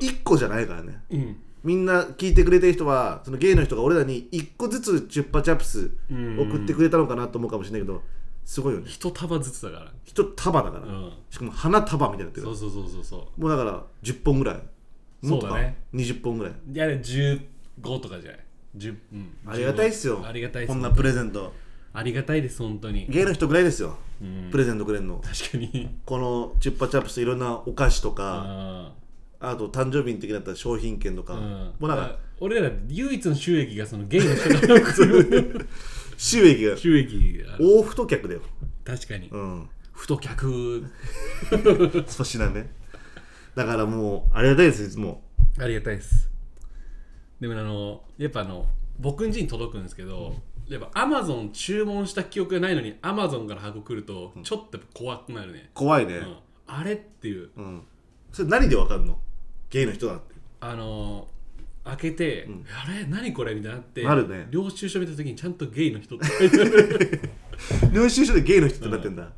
[SPEAKER 2] 1個じゃないからね。
[SPEAKER 1] うん
[SPEAKER 2] みんな聞いてくれてる人はそのゲイの人が俺らに1個ずつチュッパチャップス送ってくれたのかなと思うかもしれないけどすごいよね
[SPEAKER 1] 一束ずつだから
[SPEAKER 2] 一束だから、
[SPEAKER 1] うん
[SPEAKER 2] しかも花束みたいになってるか
[SPEAKER 1] そ
[SPEAKER 2] ら
[SPEAKER 1] うそうそうそうそ
[SPEAKER 2] もうだから10本ぐらいもっと
[SPEAKER 1] そう
[SPEAKER 2] か、
[SPEAKER 1] だね
[SPEAKER 2] 20本ぐらいう
[SPEAKER 1] いやあれ15とかじゃない10、うん、
[SPEAKER 2] ありがたいっすよ
[SPEAKER 1] ありがたいっす
[SPEAKER 2] こんなプレゼント
[SPEAKER 1] ありがたいです本当に
[SPEAKER 2] ゲイの人ぐらいですよ、プレゼントくれんの
[SPEAKER 1] 確かに
[SPEAKER 2] このチュッパチャップスいろんなお菓子とか、
[SPEAKER 1] あ
[SPEAKER 2] あと誕生日の時になったら商品券とか、
[SPEAKER 1] あうん
[SPEAKER 2] もうなんか
[SPEAKER 1] 俺ら唯一の収益がそのゲイの人から来
[SPEAKER 2] (laughs)
[SPEAKER 1] る
[SPEAKER 2] 収益が
[SPEAKER 1] (laughs) 収益がある
[SPEAKER 2] 大太客だよ
[SPEAKER 1] 確かに
[SPEAKER 2] うん
[SPEAKER 1] ふと客
[SPEAKER 2] 粗品ねだからもうありがたいですいつも
[SPEAKER 1] ありがたいですでもあのやっぱあの僕ん家に届くんですけど、やっぱアマゾン注文した記憶がないのにアマゾンから箱来るとちょっと怖くなるね、
[SPEAKER 2] 怖いね、
[SPEAKER 1] うんあれっていう
[SPEAKER 2] うんそれ何でわかるのゲイの人だって
[SPEAKER 1] あのー開けて、あれ何これみたいになって
[SPEAKER 2] なるね
[SPEAKER 1] 領収書見た時にちゃんとゲイの人って書いてあ
[SPEAKER 2] (laughs)
[SPEAKER 1] る
[SPEAKER 2] 領収書でゲイの人ってなってんだ、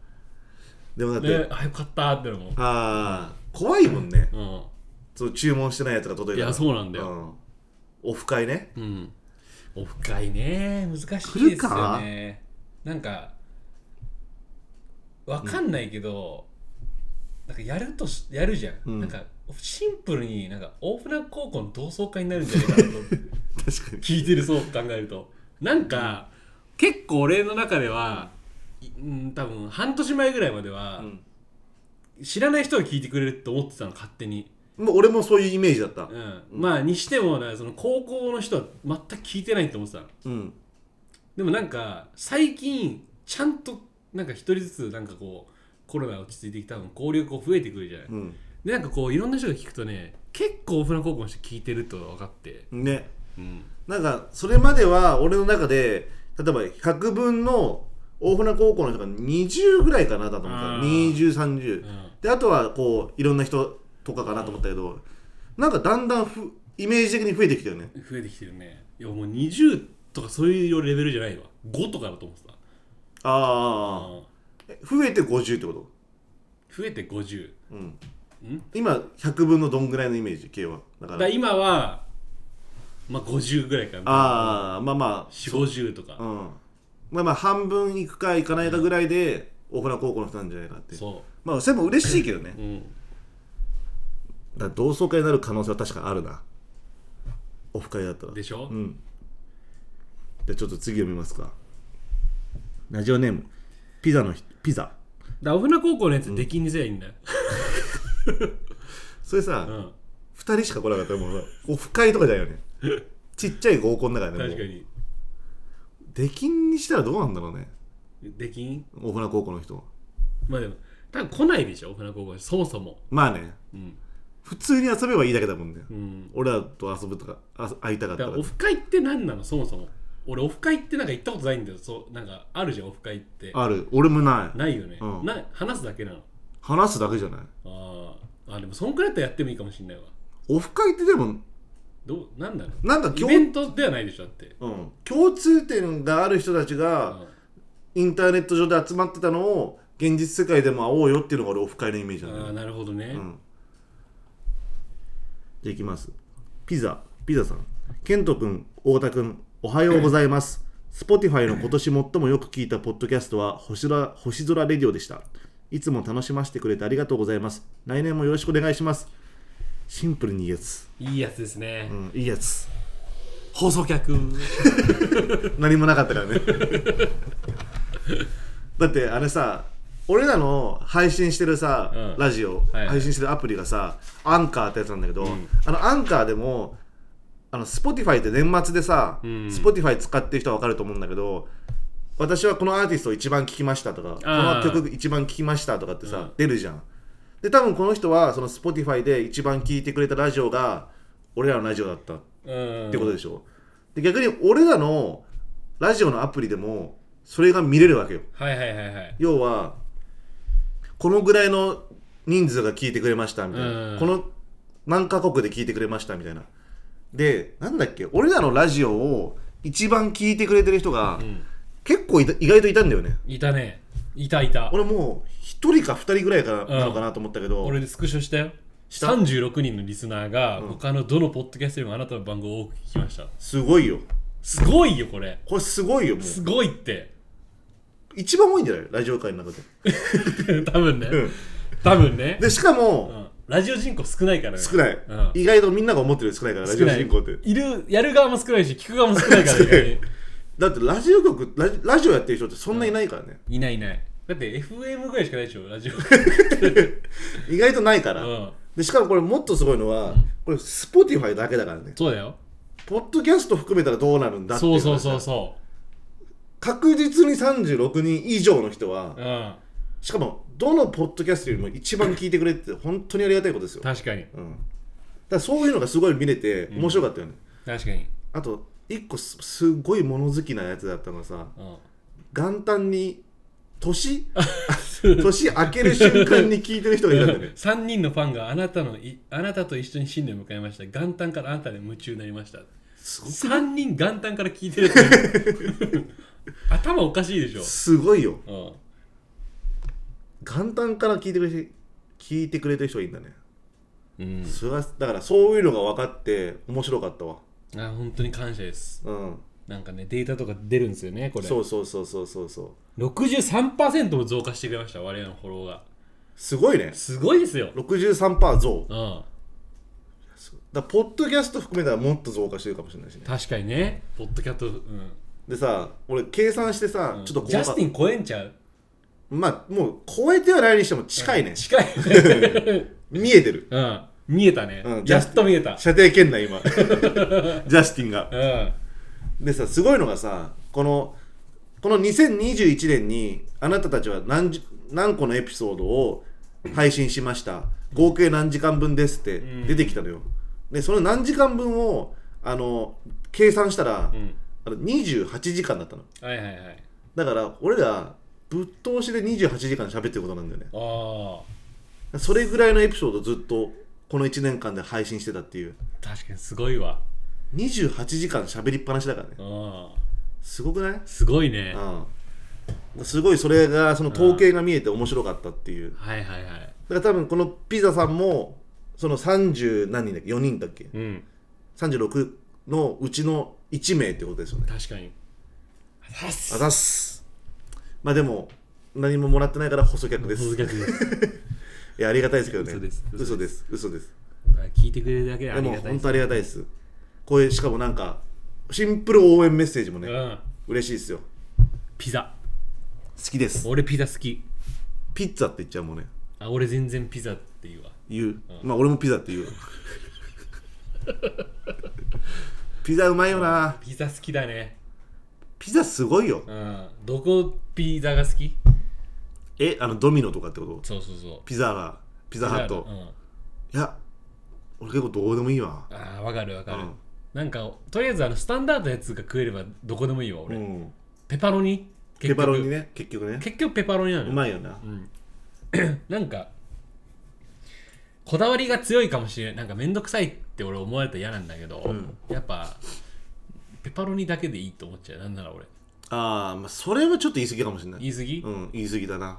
[SPEAKER 2] でもだって、
[SPEAKER 1] であよかったってのも、
[SPEAKER 2] ああ怖いもんね、
[SPEAKER 1] うん、
[SPEAKER 2] その注文してないやつが届いたら
[SPEAKER 1] いやそうなんだよ、
[SPEAKER 2] うんオフ会ね
[SPEAKER 1] うん、オフ会ね難しいです
[SPEAKER 2] 来る
[SPEAKER 1] よ
[SPEAKER 2] か
[SPEAKER 1] ねなんかわかんないけど、なんかやるとしやるじゃん、
[SPEAKER 2] うん
[SPEAKER 1] なんかシンプルになんか大船高校の同窓会になるんじゃないかなと
[SPEAKER 2] 確かに
[SPEAKER 1] 聞いてるそう考えるとなんか、結構俺の中では、いうん、多分半年前ぐらいまでは、知らない人が聞いてくれると思ってたの勝手に、
[SPEAKER 2] もう俺もそういうイメージだった
[SPEAKER 1] うんまあにしてもなその高校の人は全く聞いてないと思ってたの
[SPEAKER 2] うん
[SPEAKER 1] でもなんか最近ちゃんとなんか一人ずつなんかこうコロナ落ち着いてきた分交流こう増えてくるじゃない、
[SPEAKER 2] うん、
[SPEAKER 1] でなんかこういろんな人が聞くとね結構大船高校の人聞いてると分かって、
[SPEAKER 2] ね
[SPEAKER 1] うん、
[SPEAKER 2] なんかそれまでは俺の中で例えば100分の大船高校の人が20ぐらいかなだと思った
[SPEAKER 1] あー
[SPEAKER 2] 2030、
[SPEAKER 1] うん
[SPEAKER 2] であとはこういろんな人とかかなと思ったけど、なんかだんだんふイメージ的に増えてきたよね
[SPEAKER 1] 増えてきてるねいやもう20とかそういうレベルじゃないわ5とかだと思ってた
[SPEAKER 2] ああ
[SPEAKER 1] うん
[SPEAKER 2] 増えて50ってこと
[SPEAKER 1] 増えて50
[SPEAKER 2] うん
[SPEAKER 1] ん
[SPEAKER 2] 今100分のどんぐらいのイメージ K はだか
[SPEAKER 1] だ
[SPEAKER 2] ら
[SPEAKER 1] から今はまあ50ぐらいかな
[SPEAKER 2] ああまあま
[SPEAKER 1] 450と
[SPEAKER 2] あう
[SPEAKER 1] か
[SPEAKER 2] んまあまあ半分いくかいかないかぐらいで大船高校の人なんじゃないかって
[SPEAKER 1] そ
[SPEAKER 2] まあそれも嬉しいけどね
[SPEAKER 1] う、うん、
[SPEAKER 2] だから同窓会になる可能性は確かあるなオフ会だったら
[SPEAKER 1] でしょ、
[SPEAKER 2] うんじゃあちょっと次読みますかラジオネームピザのひピザ
[SPEAKER 1] だから大船高校のやつ出禁にせりゃいいんだよ、
[SPEAKER 2] それさ、
[SPEAKER 1] うん、
[SPEAKER 2] 二人しか来なかったらもうオフ会とかじゃない
[SPEAKER 1] (laughs)
[SPEAKER 2] よねちっちゃい合コンだからねもう
[SPEAKER 1] 確かに
[SPEAKER 2] 出禁にしたらどうなんだろうね
[SPEAKER 1] 出禁
[SPEAKER 2] 大船高校の人
[SPEAKER 1] まあでも多分来ないでしょ大船高校そもそも
[SPEAKER 2] まあね
[SPEAKER 1] うん、
[SPEAKER 2] 普通に遊べばいいだけだもんね、
[SPEAKER 1] うん、
[SPEAKER 2] 俺らと遊ぶとかあ会いたかっ
[SPEAKER 1] だか
[SPEAKER 2] た
[SPEAKER 1] ららオフ会って何なのそもそも俺オフ会ってなんか行ったことないんだよそうなんかあるじゃんオフ会って
[SPEAKER 2] ある俺もない
[SPEAKER 1] ないよね、
[SPEAKER 2] うん
[SPEAKER 1] な話すだけなの
[SPEAKER 2] 話すだけじゃない
[SPEAKER 1] あーあでもそんくらいだったらやってもいいかもしれないわ
[SPEAKER 2] オフ会ってでも
[SPEAKER 1] どうなんだろう
[SPEAKER 2] なんか
[SPEAKER 1] イ
[SPEAKER 2] 共,、
[SPEAKER 1] ベントではないでしょだって
[SPEAKER 2] うん、共通点がある人たち
[SPEAKER 1] う
[SPEAKER 2] が
[SPEAKER 1] ん
[SPEAKER 2] インターネット上で集まってたのを現実世界でも会おうよっていうのが俺オフ会のイメージなんだよ
[SPEAKER 1] ああなるほどね、
[SPEAKER 2] うんじゃあいきますピザピザさんケント君太田君おはようございます Spotify の今年最もよく聞いたポッドキャストは星空星空レディオでしたいつも楽しませてくれてありがとうございます来年もよろしくお願いしますシンプルにいいやつ、
[SPEAKER 1] いいやつですね、
[SPEAKER 2] うん、いいやつ
[SPEAKER 1] 放送客
[SPEAKER 2] 何もなかったから
[SPEAKER 1] (laughs)
[SPEAKER 2] ねだってあれさ俺らの配信してるさ、
[SPEAKER 1] うん
[SPEAKER 2] ラジオ、
[SPEAKER 1] はい
[SPEAKER 2] 配信してるアプリがさアンカーってやつなんだけど、
[SPEAKER 1] ん
[SPEAKER 2] あのアンカーでもあの Spotify って年末でさ、
[SPEAKER 1] ん
[SPEAKER 2] Spotify 使ってる人は分かると思うんだけど私はこのアーティストを一番聴きましたとかこの曲一番聴きましたとかってさ、
[SPEAKER 1] うん
[SPEAKER 2] 出るじゃんで多分この人はその Spotify で一番聴いてくれたラジオが俺らのラジオだった
[SPEAKER 1] うん
[SPEAKER 2] ってことでしょ、で逆に俺らのラジオのアプリでもそれが見れるわけよ
[SPEAKER 1] はいはいはいはい
[SPEAKER 2] 要はこのぐらいの人数が聞いてくれましたみたいな、
[SPEAKER 1] うん
[SPEAKER 2] この何カ国で聞いてくれましたみたいなでなんだっけ俺らのラジオを一番聞いてくれてる人が
[SPEAKER 1] うん
[SPEAKER 2] 結構いた意外といたんだよね
[SPEAKER 1] いたねいたいた
[SPEAKER 2] 俺もう一人か二人ぐらいからなのかなと思ったけど、
[SPEAKER 1] 俺でスクショしたよ
[SPEAKER 2] した
[SPEAKER 1] 36人のリスナーが
[SPEAKER 2] うん
[SPEAKER 1] 他のどのポッドキャストよりもあなたの番号を多く聞きました
[SPEAKER 2] すごいよ
[SPEAKER 1] すごいよこれ
[SPEAKER 2] これすごいよもう
[SPEAKER 1] すごいって (laughs)
[SPEAKER 2] 一番多いんじゃないラジオ界の中で、
[SPEAKER 1] 多分ね
[SPEAKER 2] うん
[SPEAKER 1] 多分ね
[SPEAKER 2] でしか
[SPEAKER 1] う
[SPEAKER 2] も、
[SPEAKER 1] んラジオ人口少ないからね
[SPEAKER 2] 少ない、
[SPEAKER 1] うん
[SPEAKER 2] 意外とみんなが思ってるより少ないからラジ
[SPEAKER 1] 少
[SPEAKER 2] オ
[SPEAKER 1] ない
[SPEAKER 2] 人口って
[SPEAKER 1] いるやる側も少ないし聞く側も少ない
[SPEAKER 2] (laughs)
[SPEAKER 1] から意外に
[SPEAKER 2] だってラジオ局ラジラジオやってる人ってそんないないからね、
[SPEAKER 1] いないいないだって FM ぐらいしかないでしょ
[SPEAKER 2] (laughs)
[SPEAKER 1] ラジオ
[SPEAKER 2] 意外とないから、
[SPEAKER 1] うん
[SPEAKER 2] でしかもこれもっとすごいのは、これ Spotify だけだからね
[SPEAKER 1] そうだよ
[SPEAKER 2] ポッドキャスト含めたらどうなるんだってい
[SPEAKER 1] そうそう
[SPEAKER 2] 話
[SPEAKER 1] そ
[SPEAKER 2] だ
[SPEAKER 1] うそ
[SPEAKER 2] 確実に36人以上の人は
[SPEAKER 1] ううん
[SPEAKER 2] しかもどのポッドキャストよりも一番聞いてくれてて本当にありがたいことですよ、
[SPEAKER 1] 確かに
[SPEAKER 2] うん、だからそういうのがすごい見れて面白かったよね、
[SPEAKER 1] 確かに
[SPEAKER 2] あと一個すすごい物好きなやつだったのがさ
[SPEAKER 1] うん
[SPEAKER 2] 元旦に
[SPEAKER 1] (laughs)
[SPEAKER 2] 年年明ける瞬間に聞いてる人がいたんだ
[SPEAKER 1] (laughs)
[SPEAKER 2] よね
[SPEAKER 1] 3人のファンがあなたのいあなたと一緒に新年を迎えました元旦からあなたに夢中になりました
[SPEAKER 2] すご
[SPEAKER 1] 3人元旦から聞いてるって
[SPEAKER 2] (laughs)
[SPEAKER 1] 頭おかしいでしょ、
[SPEAKER 2] すごいよ
[SPEAKER 1] うん、
[SPEAKER 2] 元旦から聞いてくれて聞いてくれてる人がいいんだね、
[SPEAKER 1] うん、
[SPEAKER 2] それはだからそういうのが分かって面白かったわ
[SPEAKER 1] あ本当に感謝です
[SPEAKER 2] うん
[SPEAKER 1] なんかねデータとか出るんですよねこれ
[SPEAKER 2] そうそうそうそうそうそう
[SPEAKER 1] 63%も増加してくれました我々のフォローが
[SPEAKER 2] すごいね
[SPEAKER 1] すごいですよ、
[SPEAKER 2] 63%増
[SPEAKER 1] うん、
[SPEAKER 2] だからポッドキャスト含めたらもっと増加してるかもしれないしね
[SPEAKER 1] 確かにねポッドキャット、うん
[SPEAKER 2] でさ俺計算してさ、
[SPEAKER 1] うん
[SPEAKER 2] ちょっと
[SPEAKER 1] ジャスティ
[SPEAKER 2] ン
[SPEAKER 1] ン超えんちゃう
[SPEAKER 2] まあもう超えてはないにしても近いね、
[SPEAKER 1] 近い
[SPEAKER 2] (laughs)
[SPEAKER 1] ね、
[SPEAKER 2] 見えてる
[SPEAKER 1] うん、見えたね、
[SPEAKER 2] うん
[SPEAKER 1] やっと見えた
[SPEAKER 2] 射程圏内
[SPEAKER 1] (laughs)
[SPEAKER 2] 今ジャスティンが
[SPEAKER 1] うん
[SPEAKER 2] でさすごいのがさこのこの2021年にあなたたちは何十何個のエピソードを配信しました合計何時間分ですって
[SPEAKER 1] うん
[SPEAKER 2] 出てきたのよ、でその何時間分をあの計算したら、
[SPEAKER 1] うん
[SPEAKER 2] あの28時間だったの
[SPEAKER 1] はいはいはい
[SPEAKER 2] だから俺らぶっ通しで28時間喋ってることなんだよね
[SPEAKER 1] ああ
[SPEAKER 2] それぐらいのエピソードずっとこの1年間で配信してたっていう
[SPEAKER 1] 確かにすごいわ
[SPEAKER 2] 28時間喋りっぱなしだからね
[SPEAKER 1] うん
[SPEAKER 2] すごくない
[SPEAKER 1] すごいね
[SPEAKER 2] うん、すごいそれがその統計が見えて面白かったっていう
[SPEAKER 1] はいはいはい
[SPEAKER 2] だから多分このピザさんもその30何人だっけ4人だっけ
[SPEAKER 1] うん
[SPEAKER 2] 36のうちの1名ってことですよね
[SPEAKER 1] 確かにあざっす
[SPEAKER 2] あざっすまあでも何ももらってないから細客です
[SPEAKER 1] 続けて
[SPEAKER 2] (laughs)
[SPEAKER 1] です
[SPEAKER 2] いやありがたいですけどね
[SPEAKER 1] 嘘です
[SPEAKER 2] 嘘です嘘です
[SPEAKER 1] 聞いてくれるだけであ
[SPEAKER 2] で
[SPEAKER 1] り
[SPEAKER 2] も
[SPEAKER 1] がたい
[SPEAKER 2] 本
[SPEAKER 1] です
[SPEAKER 2] 当ありがたいですこういうしかもなんかシンプル応援メッセージもね
[SPEAKER 1] うん
[SPEAKER 2] 嬉しいですよ
[SPEAKER 1] ピザ
[SPEAKER 2] 好きです
[SPEAKER 1] 俺ピザ好き
[SPEAKER 2] ピッツァって言っちゃうもんね
[SPEAKER 1] あ俺全然ピザって言うわ
[SPEAKER 2] 言う、まあ俺もピザって言うピザうまいよな
[SPEAKER 1] ピザ好きだね
[SPEAKER 2] ピザすごいよ
[SPEAKER 1] うんどこピザが好き
[SPEAKER 2] えあのドミノとかってこと
[SPEAKER 1] そうそうそう
[SPEAKER 2] ピザがピ
[SPEAKER 1] ピ
[SPEAKER 2] ザハット、
[SPEAKER 1] う
[SPEAKER 2] い
[SPEAKER 1] ん
[SPEAKER 2] や俺結構どうでもいいわ
[SPEAKER 1] ああわかるわかる、
[SPEAKER 2] うん
[SPEAKER 1] なんかとりあえずあのスタンダードのやつが食えればどこでもいいわ
[SPEAKER 2] う
[SPEAKER 1] 俺、
[SPEAKER 2] ん
[SPEAKER 1] ペパロニ
[SPEAKER 2] ペパロニ
[SPEAKER 1] ね
[SPEAKER 2] ね結局ね
[SPEAKER 1] 結局ペパロニなの
[SPEAKER 2] う
[SPEAKER 1] よ
[SPEAKER 2] まいよな、
[SPEAKER 1] なんかこだわりが強いかもしれないなんかめんどくさいって俺思われたら嫌なんだけど、
[SPEAKER 2] ん
[SPEAKER 1] やっぱペパロニだけでいいと思っちゃうなんなら俺
[SPEAKER 2] ああまあそれはちょっと言い過ぎかもしれない
[SPEAKER 1] 言い過ぎ、
[SPEAKER 2] うん言い過ぎだな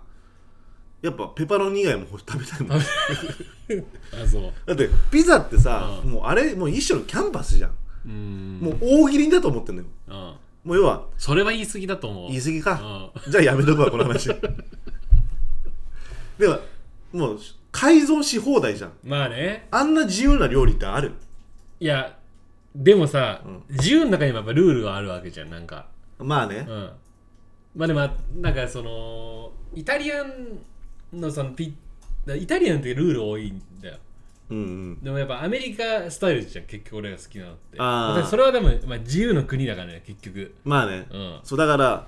[SPEAKER 2] やっぱペパロニ以外も食べたいもんだ
[SPEAKER 1] あそう
[SPEAKER 2] ってピザってさ、もうあれもう一種のキャンパスじゃん、
[SPEAKER 1] うん
[SPEAKER 2] もう大喜利だと思ってんのよ
[SPEAKER 1] うん
[SPEAKER 2] もう要は
[SPEAKER 1] それは言い過ぎだと思う
[SPEAKER 2] 言い過ぎか、じゃあやめとくわこ
[SPEAKER 1] (laughs)
[SPEAKER 2] の話ではもう改造し放題じゃん
[SPEAKER 1] まあね
[SPEAKER 2] あんな自由な料理ってある
[SPEAKER 1] いやでもさ、自由の中にもやっぱルールがあるわけじゃんなんか
[SPEAKER 2] まあね
[SPEAKER 1] う、んまあでもなんかそのイタリアンのそのピイタリアンってルール多いんだよ
[SPEAKER 2] うん、うん
[SPEAKER 1] でもやっぱアメリカスタイルじゃん結局俺が好きなのって
[SPEAKER 2] あー
[SPEAKER 1] 私それはでも、まあ、自由の国だからね結局
[SPEAKER 2] まあね、
[SPEAKER 1] うん
[SPEAKER 2] そうだから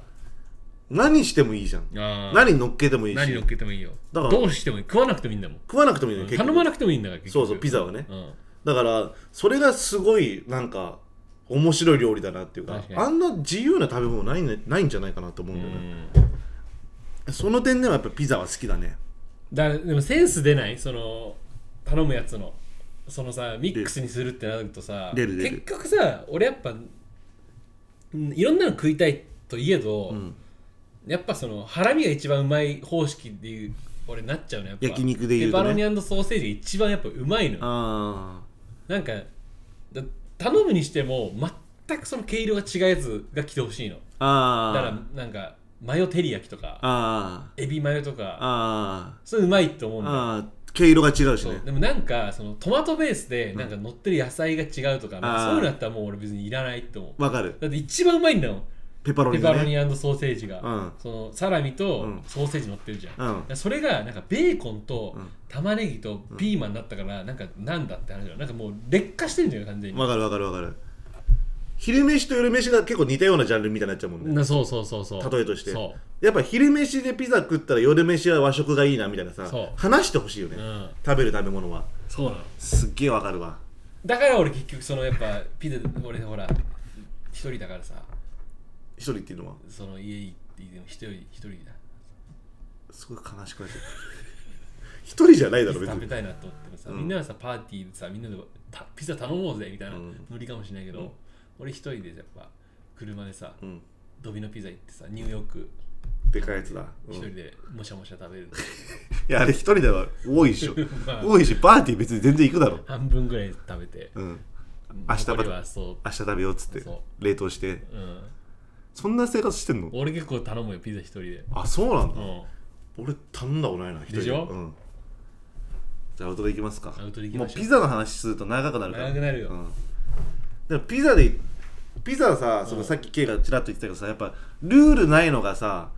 [SPEAKER 2] 何してもいいじゃん
[SPEAKER 1] あー
[SPEAKER 2] 何乗っけてもいいし
[SPEAKER 1] 何乗っけてもいいよ
[SPEAKER 2] だから
[SPEAKER 1] どうしてもいい食わなくてもいいんだもん
[SPEAKER 2] 食わなくてもいいの結局
[SPEAKER 1] 頼まなくてもいいんだから結
[SPEAKER 2] そ
[SPEAKER 1] 局
[SPEAKER 2] うそうピザはね
[SPEAKER 1] うん
[SPEAKER 2] だからそれがすごいなんか面白い料理だなっていうか
[SPEAKER 1] 確かに
[SPEAKER 2] あんな自由な食べ物ない,、ね、ないんじゃないかなと思うんだよね、その点ではやっぱピザは好きだね
[SPEAKER 1] だでもセンス出ないその頼むやつのそのさミックスにするってなるとさ
[SPEAKER 2] 出る出る
[SPEAKER 1] 結局さ俺やっぱうんいろんなの食いたいといえど、
[SPEAKER 2] ん
[SPEAKER 1] やっぱそのハラミが一番うまい方式でいう俺なっちゃうのやっぱ
[SPEAKER 2] 焼肉で言うとね
[SPEAKER 1] ペパロニソーセージが一番やっぱうまいのよ
[SPEAKER 2] あ
[SPEAKER 1] なんかだ頼むにしても全くその毛色が違うやつが来てほしいの
[SPEAKER 2] ああ
[SPEAKER 1] だからなんかマヨ照り焼きとか
[SPEAKER 2] あ
[SPEAKER 1] エビマヨと
[SPEAKER 2] あ
[SPEAKER 1] か
[SPEAKER 2] あ
[SPEAKER 1] それうまいと思うんだよ
[SPEAKER 2] ああ毛色が違うし
[SPEAKER 1] そう
[SPEAKER 2] ね
[SPEAKER 1] でもなんかそのトマトベースでなんか乗ってる野菜が違うとか,、なんか
[SPEAKER 2] あー
[SPEAKER 1] そういうのだったらもう俺別にいらないと思う
[SPEAKER 2] わかる
[SPEAKER 1] だって一番うまいんだもん
[SPEAKER 2] ペパロニ
[SPEAKER 1] ペ
[SPEAKER 2] が
[SPEAKER 1] パ
[SPEAKER 2] ね
[SPEAKER 1] ロニソーセージが、
[SPEAKER 2] うん
[SPEAKER 1] そのサラミと
[SPEAKER 2] うん
[SPEAKER 1] ソーセージ乗ってるじゃん、
[SPEAKER 2] うん
[SPEAKER 1] それがなんかベーコンと
[SPEAKER 2] うん
[SPEAKER 1] 玉ねぎとピーマンだったからなんかなんだって話だよなんかもう劣化してんじゃん完全に、
[SPEAKER 2] わかるわかるわかる昼飯と夜飯が結構似たようなジャンルみたいになっちゃうもんね
[SPEAKER 1] なそうそうそうそう
[SPEAKER 2] 例えとして
[SPEAKER 1] そ
[SPEAKER 2] やっぱ昼飯でピザ食ったら夜飯は和食がいいなみたいなさ
[SPEAKER 1] そう
[SPEAKER 2] 話してほしいよ
[SPEAKER 1] う、
[SPEAKER 2] ね、
[SPEAKER 1] うん、
[SPEAKER 2] 食べる食べ物は
[SPEAKER 1] そうなの
[SPEAKER 2] すっげえわかるわ
[SPEAKER 1] だから俺結局そのやっぱピザ俺ほら一人だからさ
[SPEAKER 2] 一人っていうのは
[SPEAKER 1] その家行ってでも一人一人だ
[SPEAKER 2] すごい悲しくなっちゃう一人じゃないだろ別
[SPEAKER 1] 食べ
[SPEAKER 2] に
[SPEAKER 1] たいなと思ってもさ、
[SPEAKER 2] うん
[SPEAKER 1] みんながさパーティーでさみんなでたピザ頼もうぜみたいな
[SPEAKER 2] うん
[SPEAKER 1] 無理かもしれないけど、
[SPEAKER 2] うん
[SPEAKER 1] 俺一人でやっぱ車でさ
[SPEAKER 2] うん
[SPEAKER 1] ドミノピザ行ってさニューヨーク
[SPEAKER 2] でかいやつだ、うん
[SPEAKER 1] 一人
[SPEAKER 2] い
[SPEAKER 1] でもしゃもしゃ食べる、
[SPEAKER 2] やあれ一人では多いっしょ
[SPEAKER 1] (laughs) まあ
[SPEAKER 2] 多いしパーティー別に全然行くだろ
[SPEAKER 1] 半分ぐらい食べて、
[SPEAKER 2] うん明日ま
[SPEAKER 1] 残
[SPEAKER 2] た
[SPEAKER 1] り
[SPEAKER 2] 明
[SPEAKER 1] はそ
[SPEAKER 2] 日食べようっつって
[SPEAKER 1] そ
[SPEAKER 2] 冷凍して
[SPEAKER 1] う、うん、
[SPEAKER 2] そんな生活してんの
[SPEAKER 1] 俺結構頼むよピザ一人で、
[SPEAKER 2] あそうなん
[SPEAKER 1] う
[SPEAKER 2] だ、
[SPEAKER 1] ん、
[SPEAKER 2] 俺頼んだことないな一人
[SPEAKER 1] でしょ
[SPEAKER 2] うん、じゃあアウトで行きますか
[SPEAKER 1] アウトで行きましょう
[SPEAKER 2] もうピザの話すると長くなるから
[SPEAKER 1] 長くなるよ
[SPEAKER 2] うん、でもピザでピザはさそのさっき K がちらっと言ってたけどさやっぱルールないのがさ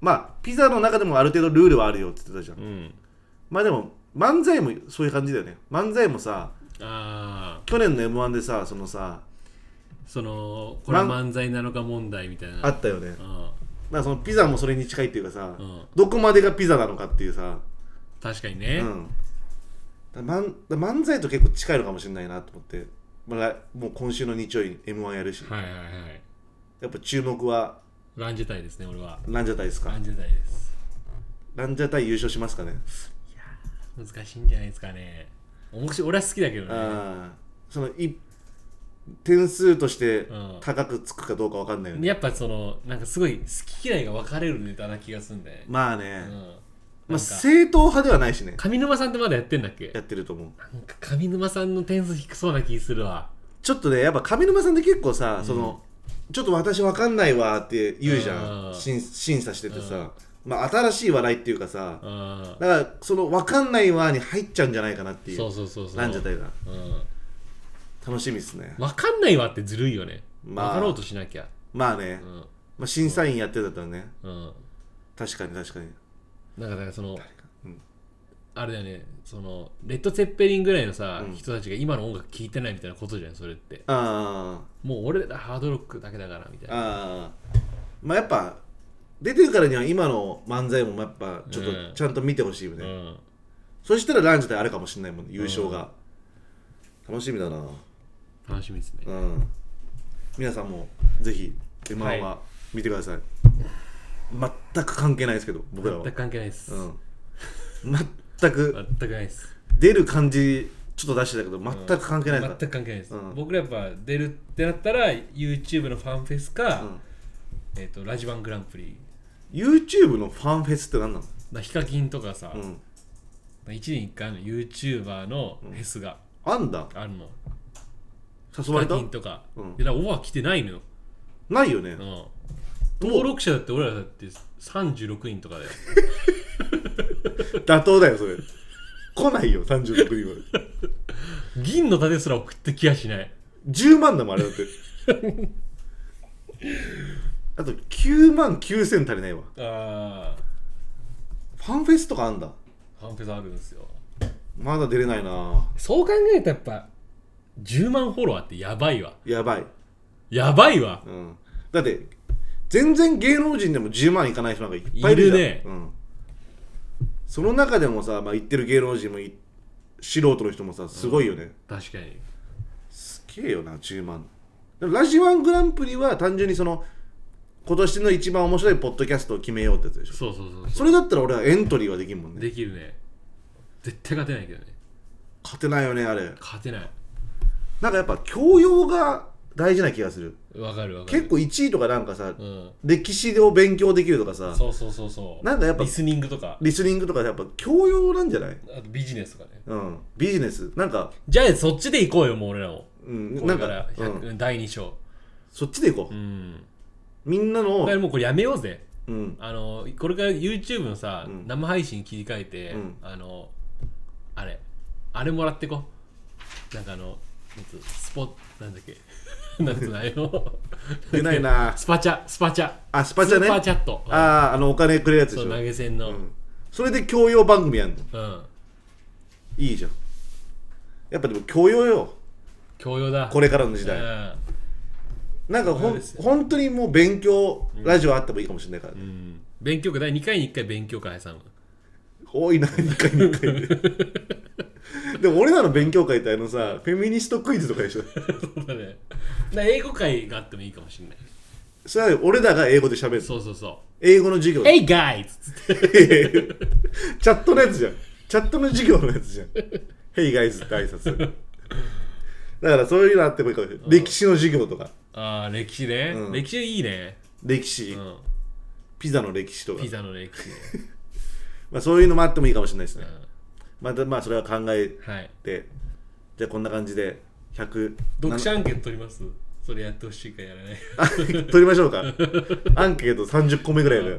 [SPEAKER 2] まあピザの中でもある程度ルールはあるよって言ってたじゃん、
[SPEAKER 1] うん、
[SPEAKER 2] まあでも漫才もそういう感じだよね漫才もさ
[SPEAKER 1] ああ
[SPEAKER 2] 去年の m 1でさそのさ
[SPEAKER 1] そのこれは漫才なのか問題みたいな
[SPEAKER 2] あったよねだか
[SPEAKER 1] うん、
[SPEAKER 2] らそのピザもそれに近いっていうかさ、
[SPEAKER 1] うん
[SPEAKER 2] どこまでがピザなのかっていうさ
[SPEAKER 1] 確かにね、
[SPEAKER 2] うん、だ漫だ漫才と結構近いのかもしれないなと思って、まあ来、もう今週の日曜日に m 1やるし、
[SPEAKER 1] はいはいはい
[SPEAKER 2] やっぱ注目は
[SPEAKER 1] ランジェタイですね俺は
[SPEAKER 2] ランジャタイです
[SPEAKER 1] ラ
[SPEAKER 2] か
[SPEAKER 1] ンジェタイです
[SPEAKER 2] ランジャタイ優勝しますかね、
[SPEAKER 1] 難しいんじゃないですかね面白い俺は好きだけどね
[SPEAKER 2] ああそのい点数として
[SPEAKER 1] うん
[SPEAKER 2] 高くつくかどうかわかんないよね、
[SPEAKER 1] やっぱそのなんかすごい好き嫌いが分かれるネタな気がするんだよね、
[SPEAKER 2] まあね
[SPEAKER 1] う、ん
[SPEAKER 2] ま
[SPEAKER 1] な
[SPEAKER 2] あ、
[SPEAKER 1] んか
[SPEAKER 2] 正統派ではないしね
[SPEAKER 1] 上沼さんってまだやってんだっけ
[SPEAKER 2] やってると思う
[SPEAKER 1] なんか上沼さんの点数低そうな気するわ
[SPEAKER 2] ちょっとねやっぱ上沼さんって結構さ、そのちょっと私わかんないわって言うじゃ
[SPEAKER 1] うんん
[SPEAKER 2] 審審査しててさ、まあ、新しい笑いっていうかさ、
[SPEAKER 1] うん
[SPEAKER 2] だからその分かんないわに入っちゃうんじゃないかなっていう
[SPEAKER 1] そうそうそうそう
[SPEAKER 2] ランジャタイが
[SPEAKER 1] うん、
[SPEAKER 2] 楽しみですねま
[SPEAKER 1] 分かんないわってずるいよね、
[SPEAKER 2] まあ
[SPEAKER 1] 分かろうとしなきゃ
[SPEAKER 2] あね、
[SPEAKER 1] うん
[SPEAKER 2] まあ、審査員やってたったらね
[SPEAKER 1] うん
[SPEAKER 2] 確かに確かに、
[SPEAKER 1] なんかだからその
[SPEAKER 2] うん、
[SPEAKER 1] あれだよねそのレッド・ツェッペリンぐらいのさ、
[SPEAKER 2] うん
[SPEAKER 1] 人たちが今の音楽聴いてないみたいなことじゃんそれって
[SPEAKER 2] あ
[SPEAKER 1] もう俺らハードロックだけだからみたい
[SPEAKER 2] ー
[SPEAKER 1] な
[SPEAKER 2] あーまあやっぱ出てるからには今の漫才もやっぱちょっ
[SPEAKER 1] う
[SPEAKER 2] と
[SPEAKER 1] ん
[SPEAKER 2] ちゃんと見てほしいよ
[SPEAKER 1] う
[SPEAKER 2] ね、
[SPEAKER 1] ん
[SPEAKER 2] そしたらランジャタイあるかもしれないもん、ね、優勝が、楽しみだな
[SPEAKER 1] 楽しみですね
[SPEAKER 2] うん皆さんもぜひ m
[SPEAKER 1] は
[SPEAKER 2] 1
[SPEAKER 1] い
[SPEAKER 2] は見てください、全く関係ないですけど僕らは
[SPEAKER 1] 全く関係ないです、
[SPEAKER 2] うん、全く
[SPEAKER 1] 全くないです
[SPEAKER 2] 出る感じちょっと出してたけど全く関係ない
[SPEAKER 1] 全
[SPEAKER 2] か
[SPEAKER 1] く
[SPEAKER 2] ら
[SPEAKER 1] 関係ないです、
[SPEAKER 2] うん
[SPEAKER 1] 僕らやっぱ出るってなったら YouTube のファンフェスか、
[SPEAKER 2] うん
[SPEAKER 1] えっ、とラジバングランプリ
[SPEAKER 2] YouTube のファンフェスって何なの、
[SPEAKER 1] だヒカキンとかさ、
[SPEAKER 2] うん、
[SPEAKER 1] 一年一回の YouTuber のフェスが
[SPEAKER 2] あんだ
[SPEAKER 1] あるの、
[SPEAKER 2] 誘
[SPEAKER 1] ヒ
[SPEAKER 2] わ
[SPEAKER 1] カ
[SPEAKER 2] れた
[SPEAKER 1] キンとか,、
[SPEAKER 2] うん
[SPEAKER 1] いやだからオファー来てないのよ、
[SPEAKER 2] ないよね
[SPEAKER 1] うん、登録者だって俺らだって36人と
[SPEAKER 2] (laughs)
[SPEAKER 1] かで
[SPEAKER 2] 妥当だよそれ来ないよ36人は
[SPEAKER 1] 銀の盾すら送ってきやしない
[SPEAKER 2] 10万だもんあれだってあと9万9000足りないわ
[SPEAKER 1] あ
[SPEAKER 2] ファンフェスとかあんだ
[SPEAKER 1] ーファンフェスあるんですよ
[SPEAKER 2] まだ出れないな
[SPEAKER 1] そう考えるとやっぱ10万フォロワーってやばいわ
[SPEAKER 2] やばい、
[SPEAKER 1] やばいわ
[SPEAKER 2] うん、だって全然芸能人でも10万いかない人なんかいっぱいいるじゃん
[SPEAKER 1] いるね
[SPEAKER 2] うん、その中でもさ、まあ、言ってる芸能人もい素人の人もさすごいよね、
[SPEAKER 1] 確かに
[SPEAKER 2] すげえよな10万でもラジワングランプリは単純にその今年の一番面白いポッドキャストを決めようってやつでしょ
[SPEAKER 1] そうそうそうそ
[SPEAKER 2] それだったら俺はエントリーはできんもん
[SPEAKER 1] う
[SPEAKER 2] ね
[SPEAKER 1] できるね絶対勝てないけどね
[SPEAKER 2] 勝てないよねあれ
[SPEAKER 1] 勝てない
[SPEAKER 2] なんかやっぱ教養が大事な気がする
[SPEAKER 1] わかるわかる
[SPEAKER 2] 結構1位とかなんかさ
[SPEAKER 1] うん
[SPEAKER 2] 歴史を勉強できるとかさ
[SPEAKER 1] そうそうそうそう
[SPEAKER 2] なんかやっぱ
[SPEAKER 1] リスニングとか
[SPEAKER 2] リスニングとかやっぱ教養なんじゃない
[SPEAKER 1] あとビジネスとかね
[SPEAKER 2] うんビジネスなんか
[SPEAKER 1] じゃあそっちで行こうよもう俺らも
[SPEAKER 2] うん
[SPEAKER 1] こ
[SPEAKER 2] な
[SPEAKER 1] れ
[SPEAKER 2] ん
[SPEAKER 1] から
[SPEAKER 2] か、う
[SPEAKER 1] 100
[SPEAKER 2] ん、
[SPEAKER 1] 第2章
[SPEAKER 2] そっちでいこう、
[SPEAKER 1] うん
[SPEAKER 2] みんな
[SPEAKER 1] だか
[SPEAKER 2] の
[SPEAKER 1] らもうこれやめようぜ
[SPEAKER 2] うん
[SPEAKER 1] あのこれから YouTube のさ、
[SPEAKER 2] うん
[SPEAKER 1] 生配信切り替えて、
[SPEAKER 2] うん
[SPEAKER 1] あのあれあれもらってこなんかあのなんつうスポなんだっけ (laughs) なんつうのあれの
[SPEAKER 2] 出ないな
[SPEAKER 1] (laughs) スパチャスパチャ
[SPEAKER 2] あスパチャね
[SPEAKER 1] スーパーチャット
[SPEAKER 2] あああのお金くれるやつで
[SPEAKER 1] そ
[SPEAKER 2] し
[SPEAKER 1] う
[SPEAKER 2] ょ
[SPEAKER 1] 投げ銭の、う
[SPEAKER 2] うんんそれで教養番組やんのいいじゃんやっぱでも教養よ
[SPEAKER 1] 教養だ
[SPEAKER 2] これからの時
[SPEAKER 1] うん、
[SPEAKER 2] 代なんかほ
[SPEAKER 1] そうで
[SPEAKER 2] ん
[SPEAKER 1] す
[SPEAKER 2] 本当にもう勉強ラジオあってもいいかもしれないからね、
[SPEAKER 1] うん勉強会第2回に1回勉強会挟む (laughs)
[SPEAKER 2] 多いな2回2回ででも俺らの勉強会ってあのさフェミニストクイズとかでしょ
[SPEAKER 1] そうだねだから英語会があってもいいかもしれない
[SPEAKER 2] それは俺らが英語で喋る
[SPEAKER 1] そうそうそ
[SPEAKER 2] 英語の授業
[SPEAKER 1] う「Hey guys!」つって
[SPEAKER 2] (laughs) チャットのやつじゃんチャットの授業のやつじゃん Hey guys って挨拶だからそういうのあってもいいかもしれない歴史の授業とか
[SPEAKER 1] ああ歴史ね、
[SPEAKER 2] うん
[SPEAKER 1] 歴史いいね
[SPEAKER 2] 歴史、
[SPEAKER 1] うん
[SPEAKER 2] ピザの歴史とか
[SPEAKER 1] ピ、ザの歴史ね、
[SPEAKER 2] まあ、そういうのもあってもいいかもしれないですね、
[SPEAKER 1] う
[SPEAKER 2] またまあそれは考え
[SPEAKER 1] ん、はい
[SPEAKER 2] てじゃあこんな感じで100
[SPEAKER 1] 読者アンケート取りますそれやってほしいかやらない
[SPEAKER 2] あ (laughs) 取りましょうかアンケート30個目ぐらいの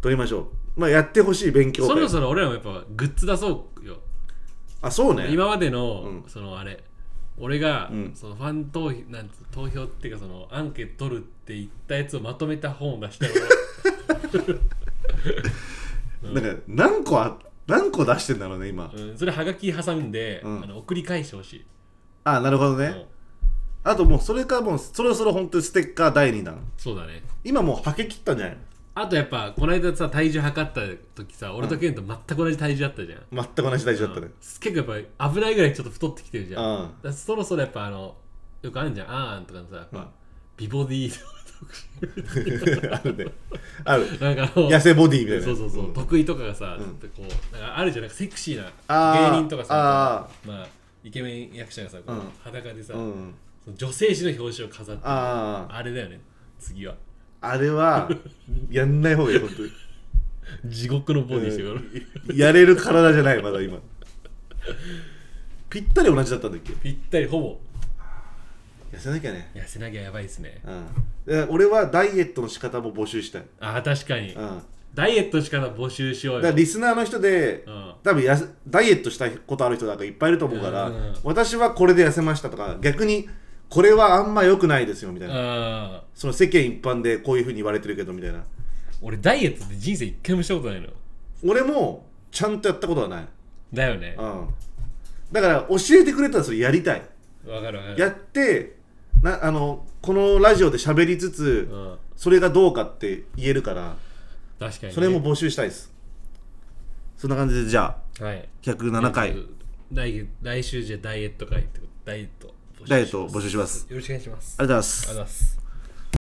[SPEAKER 2] 取りましょうまあやってほしい勉強
[SPEAKER 1] そろ
[SPEAKER 2] 会
[SPEAKER 1] そろ俺らもやっぱグッズ出そうよ
[SPEAKER 2] あそうね
[SPEAKER 1] 今までの、
[SPEAKER 2] うん
[SPEAKER 1] そのあれ俺が、
[SPEAKER 2] うん
[SPEAKER 1] そのファン投票なんつう投票っていうかそのアンケート取るって言ったやつをまとめた本を出
[SPEAKER 2] (laughs)
[SPEAKER 1] したら
[SPEAKER 2] なんか何個あ何個出してんだろうね今、
[SPEAKER 1] うん、それはがき挟んで、
[SPEAKER 2] うん
[SPEAKER 1] あの送り返してほしい、
[SPEAKER 2] あなるほどね、
[SPEAKER 1] うん
[SPEAKER 2] あともうそれかもうそろそろ本当にステッカー第2弾
[SPEAKER 1] そうだね
[SPEAKER 2] 今もうはけ切ったんじゃない
[SPEAKER 1] あとやっぱこの間さ体重測った時さ俺とケンと全く同じ体重だったじゃん、
[SPEAKER 2] の全く同じ大事だったね
[SPEAKER 1] うん結構やっぱ危ないぐらいちょっと太ってきてるじゃん、
[SPEAKER 2] うん
[SPEAKER 1] だからそろそろやっぱあのよくあるじゃんあーんとかのさやっぱ、
[SPEAKER 2] うん
[SPEAKER 1] 美ボディー
[SPEAKER 2] (laughs) あるねある
[SPEAKER 1] なんかあの
[SPEAKER 2] 痩せボディみたいな
[SPEAKER 1] そうそうそう、
[SPEAKER 2] ん
[SPEAKER 1] 得意とかがさ、
[SPEAKER 2] うん
[SPEAKER 1] ちょっとこうなんかあるじゃんなんかセクシー
[SPEAKER 2] あ
[SPEAKER 1] な
[SPEAKER 2] ー
[SPEAKER 1] 芸人とかさ
[SPEAKER 2] あ
[SPEAKER 1] まあイケメン役者がさこう、
[SPEAKER 2] うん
[SPEAKER 1] 裸でさ、
[SPEAKER 2] うん、
[SPEAKER 1] その女性誌の表紙を飾ってあ
[SPEAKER 2] ああ
[SPEAKER 1] れだよね次は
[SPEAKER 2] あれはやんない方がいい本当に
[SPEAKER 1] 地獄のボディしてくる、
[SPEAKER 2] やれる体じゃないまだ今ぴったり同じだったんだっけ
[SPEAKER 1] ぴったりほぼ
[SPEAKER 2] 痩せなきゃね
[SPEAKER 1] 痩せなきゃやばいですね
[SPEAKER 2] うんで俺はダイエットの仕方も募集したい、
[SPEAKER 1] あー確かに、
[SPEAKER 2] うん、
[SPEAKER 1] ダイエットの仕方募集しよ
[SPEAKER 2] だ
[SPEAKER 1] う
[SPEAKER 2] から
[SPEAKER 1] よ
[SPEAKER 2] リスナーの人で、
[SPEAKER 1] うん
[SPEAKER 2] 多分やせダイエットしたことある人なんかいっぱいいると思うから、
[SPEAKER 1] うんうん
[SPEAKER 2] 私はこれで痩せましたとか逆にこれはあんま良くないですよみたいな、
[SPEAKER 1] あ
[SPEAKER 2] その世間一般でこういうふうに言われてるけどみたいな
[SPEAKER 1] 俺ダイエットって人生一回もしたことないの
[SPEAKER 2] 俺もちゃんとやったことはない、
[SPEAKER 1] だよね
[SPEAKER 2] うん、だから教えてくれたらそれやりたい
[SPEAKER 1] わかるわかる
[SPEAKER 2] やってなあのこのラジオで喋りつつ、
[SPEAKER 1] うん、
[SPEAKER 2] それがどうかって言えるから
[SPEAKER 1] 確かに、ね、
[SPEAKER 2] それも募集したいですそんな感じでじゃあ
[SPEAKER 1] はい
[SPEAKER 2] 107回
[SPEAKER 1] 来来週じゃあダイエット会ってことダイエット募集します
[SPEAKER 2] ダイエットを募集します
[SPEAKER 1] よろしくお願いします
[SPEAKER 2] ありがとうございます
[SPEAKER 1] ありがとうございます